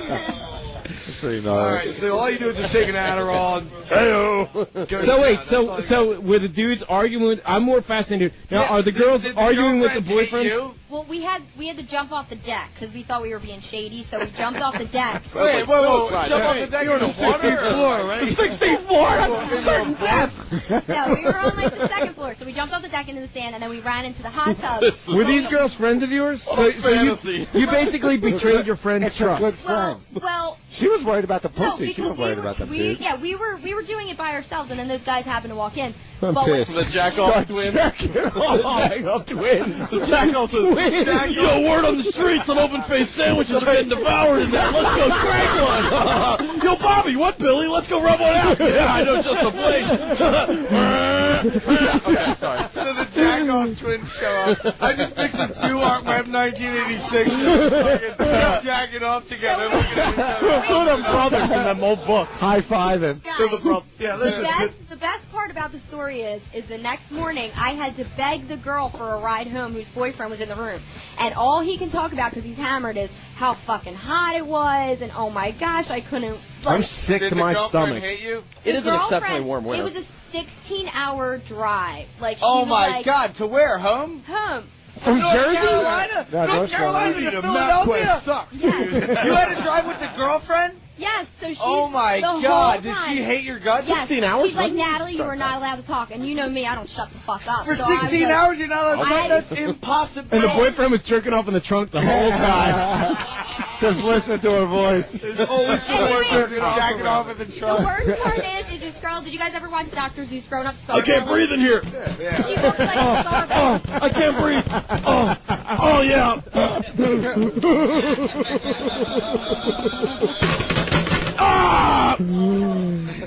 Speaker 6: So you know.
Speaker 4: All right, so all you do is just take an Adderall. And Go
Speaker 8: So
Speaker 4: down,
Speaker 8: wait,
Speaker 4: that's all
Speaker 8: so
Speaker 4: you
Speaker 8: so were the dudes arguing? with- I'm more fascinated. Now, are the girls arguing with the boyfriends?
Speaker 27: Well, we had we had to jump off the deck because we thought we were being shady, so we jumped off the deck.
Speaker 4: Wait, whoa, whoa, jump off the deck. You're on the 16th floor, right? The 16th floor, I'm certain death.
Speaker 27: No, we were on like the second floor, so we jumped off the deck into the sand, and then we ran into the hot tub.
Speaker 8: Were these girls friends of yours? So, so you,
Speaker 6: fantasy.
Speaker 8: you basically betrayed your friend's
Speaker 6: It's a
Speaker 8: trust.
Speaker 6: good friend.
Speaker 27: Well,
Speaker 6: She was worried about the
Speaker 27: no,
Speaker 6: pussy. she
Speaker 27: because
Speaker 6: was worried
Speaker 27: we were,
Speaker 6: about the
Speaker 27: we,
Speaker 6: dude.
Speaker 27: yeah, we were we were doing it by ourselves, and then those guys happened to walk in.
Speaker 6: I'm
Speaker 27: but
Speaker 6: pissed.
Speaker 27: When,
Speaker 6: The jack-off
Speaker 27: Start
Speaker 6: twin.
Speaker 27: jacking off.
Speaker 8: The jack-off twins.
Speaker 4: The jack-off twins.
Speaker 2: Yo, word on the street, some open-faced sandwiches are getting devoured in there. Let's go crank one. Yo, Bobby, what, Billy? Let's go rub one out. Yeah, I know just the place.
Speaker 7: okay, sorry. So the jack-off twins show up. I just picture two Art Web 1986
Speaker 2: just
Speaker 7: jacking off together.
Speaker 4: Who them brothers in them old books?
Speaker 6: High five him.
Speaker 4: They're the bro- yeah,
Speaker 27: the
Speaker 4: listen.
Speaker 27: best the best part about the story is is the next morning I had to beg the girl for a ride home whose boyfriend was in the room, and all he can talk about because he's hammered is how fucking hot it was, and oh my gosh, I couldn't.
Speaker 8: I'm
Speaker 27: like-
Speaker 8: sick
Speaker 7: Did
Speaker 8: to
Speaker 7: the
Speaker 8: my
Speaker 7: girlfriend
Speaker 8: stomach.
Speaker 7: hate you?
Speaker 27: The girlfriend- It was a 16 hour drive. Like she
Speaker 7: oh
Speaker 27: was
Speaker 7: my
Speaker 27: like,
Speaker 7: God! To where? Home?
Speaker 27: Home.
Speaker 7: From North Jersey? Carolina?
Speaker 4: No,
Speaker 7: North
Speaker 4: North
Speaker 7: Carolina
Speaker 4: Carolina.
Speaker 7: to
Speaker 4: The map
Speaker 7: Philadelphia?
Speaker 4: quest sucks,
Speaker 7: Yes. you had to drive with the girlfriend?
Speaker 27: Yes. So she's.
Speaker 7: Oh my
Speaker 27: the
Speaker 7: God,
Speaker 27: whole
Speaker 7: did
Speaker 27: time-
Speaker 7: she hate your guts?
Speaker 27: Yes,
Speaker 7: 16 hours?
Speaker 27: She's like
Speaker 7: What?
Speaker 27: Natalie, you are not allowed to talk, and you know me, I don't shut the fuck up.
Speaker 7: For
Speaker 27: So I was
Speaker 7: 16
Speaker 27: like-
Speaker 7: hours, you're not allowed to
Speaker 27: I-
Speaker 7: talk? That's impossible.
Speaker 8: And the boyfriend was jerking off in the trunk the whole time. Just listening to her voice.
Speaker 7: Jacking off in the trunk.
Speaker 27: The worst part is, is this girl? Did you guys ever watch Doctor Zeus Grown Up Star?
Speaker 2: I can't breathe in here.
Speaker 27: She looks like Star.
Speaker 2: Oh, I can't breathe. Oh, oh yeah.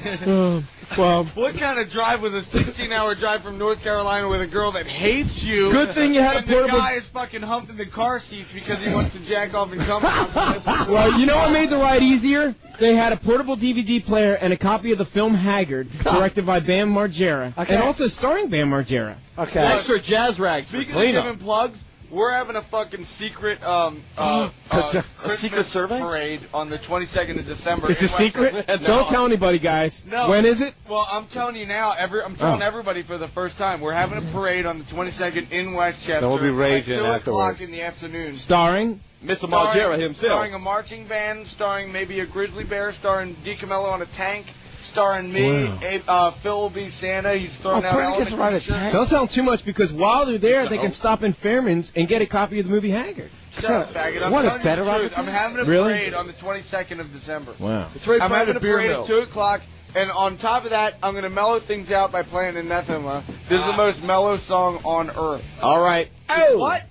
Speaker 8: well,
Speaker 5: What kind of drive was a 16-hour drive from North Carolina with a girl that hates you?
Speaker 8: Good thing you had a
Speaker 5: when
Speaker 8: portable-
Speaker 5: the guy is fucking humping the car seats because he wants to jack off and come. out.
Speaker 8: well, you know what made the ride easier? They had a portable DVD player and a copy of the film Haggard, directed by Bam Margera, and also starring Bam Margera.
Speaker 6: Okay.
Speaker 7: Extra jazz rags for
Speaker 5: Speaking
Speaker 7: cleanup.
Speaker 5: of giving plugs, we're having a fucking secret um uh, uh a secret survey parade on the 22nd of December.
Speaker 8: It's a
Speaker 5: in Western-
Speaker 8: secret.
Speaker 5: No.
Speaker 8: Don't tell anybody, guys.
Speaker 5: No.
Speaker 8: When is it?
Speaker 5: Well, I'm telling you now. Every I'm telling
Speaker 8: Oh.
Speaker 5: everybody for the first time. We're having a parade on the 22nd in Westchester.
Speaker 6: There will be
Speaker 5: at
Speaker 6: raging
Speaker 5: two
Speaker 6: afterwards.
Speaker 5: o'clock in the afternoon.
Speaker 8: Starring
Speaker 5: Starring- Starring a marching band, starring maybe a grizzly bear, starring DiCamillo on a tank, starring me.
Speaker 8: Wow.
Speaker 5: A, uh, Phil will be Santa. He's
Speaker 8: Oh,
Speaker 5: throwing out elements.
Speaker 8: Don't tell them too much because while they're there, they
Speaker 5: No.
Speaker 8: can stop in Fairman's and get a copy of the movie Haggard.
Speaker 5: Shut up, faggot. I'm
Speaker 8: What a
Speaker 5: telling
Speaker 8: better
Speaker 5: you the truth. I'm
Speaker 8: opportunity.
Speaker 5: having a
Speaker 8: Really?
Speaker 5: parade on the 22nd of December.
Speaker 8: Wow.
Speaker 4: It's right
Speaker 5: I'm
Speaker 4: by
Speaker 5: having
Speaker 4: the
Speaker 5: a
Speaker 4: beer
Speaker 5: parade
Speaker 4: mill.
Speaker 5: at 2 o'clock, and on top of that, I'm going to mellow things out by playing Anathema. This is
Speaker 7: Ah.
Speaker 5: the most mellow song on earth.
Speaker 7: All right.
Speaker 8: Oh!
Speaker 5: What?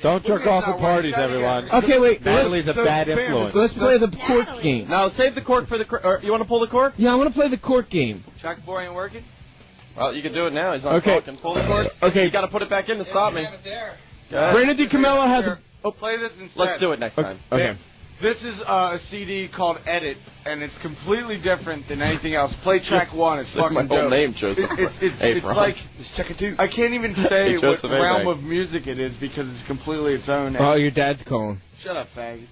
Speaker 6: Don't jerk off
Speaker 5: not
Speaker 6: at parties, everyone.
Speaker 8: Okay, wait.
Speaker 6: Natalie's a
Speaker 8: let's-
Speaker 6: bad
Speaker 8: so-
Speaker 6: influence.
Speaker 8: Let's play the cork game.
Speaker 7: Now save the cork for the. Cor- or you want to pull the cork?
Speaker 8: Yeah, I want to play the cork game.
Speaker 5: Track 4 ain't working?
Speaker 7: Well, you can do it now. He's not
Speaker 8: Okay.
Speaker 7: talking. Pull the cork.
Speaker 8: Okay.
Speaker 7: You got to put it back in to stop me.
Speaker 5: Uh,
Speaker 7: Okay.
Speaker 8: Brandon DiCamillo has a. Oh,
Speaker 5: play this instead.
Speaker 7: Let's do it next time.
Speaker 8: Okay.
Speaker 5: This is uh, a CD called Edit, and it's completely different than anything else. Play track one. It's
Speaker 7: Say
Speaker 5: fucking
Speaker 7: my whole
Speaker 5: dope.
Speaker 7: name, Joseph.
Speaker 5: It- it's it's,
Speaker 7: Hey,
Speaker 5: it's
Speaker 7: Franz.
Speaker 5: like
Speaker 7: Just check it too.
Speaker 5: I can't even say
Speaker 7: Hey,
Speaker 5: what
Speaker 7: Joseph, hey,
Speaker 5: realm
Speaker 7: Mike.
Speaker 5: of music it is because it's completely its own.
Speaker 8: Oh, your dad's calling.
Speaker 5: Shut up, faggot.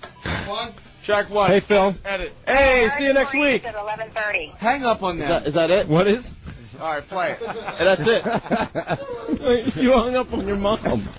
Speaker 5: One. Track one.
Speaker 8: Hey, Phil.
Speaker 5: Edit.
Speaker 7: Hey, see you next week.
Speaker 3: At 11:30.
Speaker 5: Hang up on that.
Speaker 7: Is that, is that it?
Speaker 8: What is?
Speaker 5: All right, play it.
Speaker 7: And that's it.
Speaker 8: you hung up on your mom.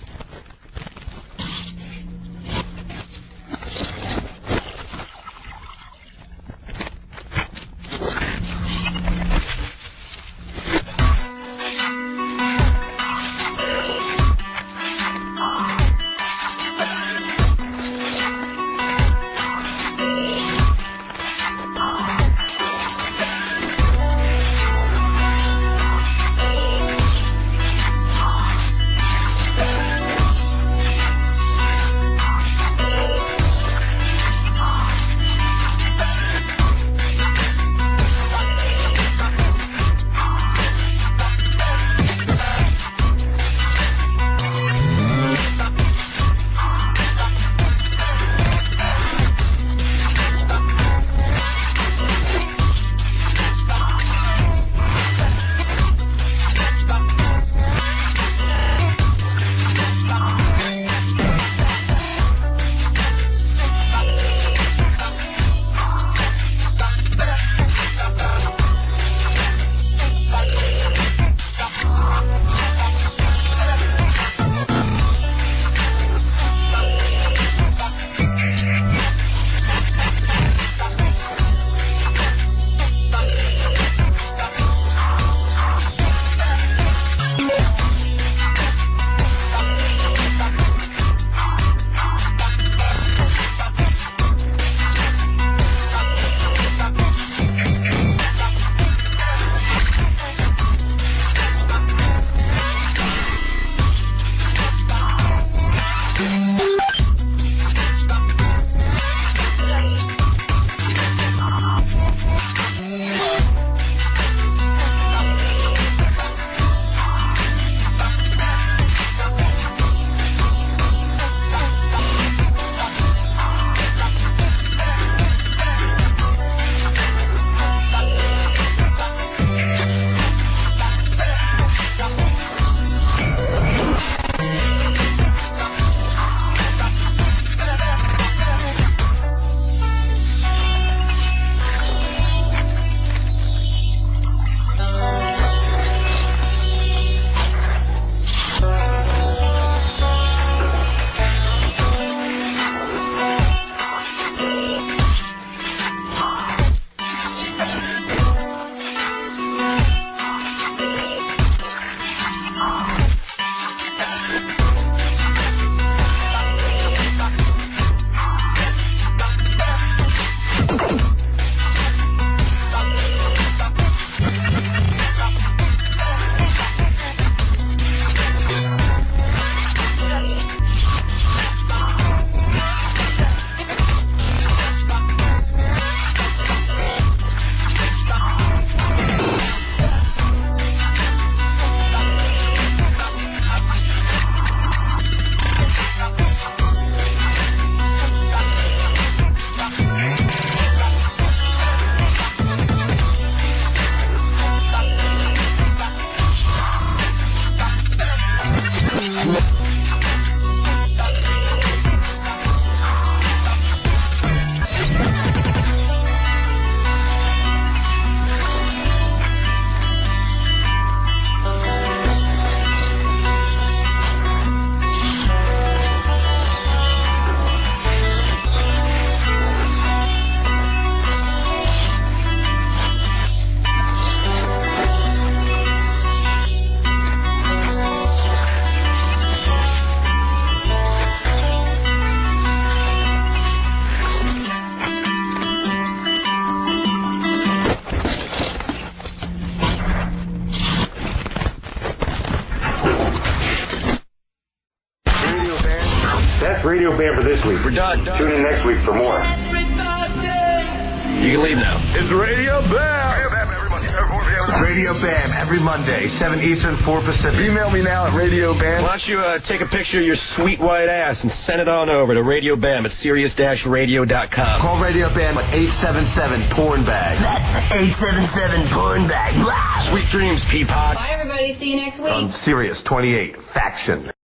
Speaker 4: That's Radio Bam for this week. We're done. Tune in next week for more.
Speaker 6: You can leave now.
Speaker 4: It's Radio Bam. Radio Bam every Monday, 7 Eastern, 4 Pacific. Email me now at Radio Bam.
Speaker 6: Why don't you uh, take a picture of your sweet white ass and send it on over to Radio Bam at serious-radio.com.
Speaker 4: Call Radio Bam at 877 Porn Bag. That's 877 Porn Bag. Sweet dreams, Peapod.
Speaker 8: Bye, everybody. See you next week.
Speaker 4: On Sirius 28 Faction.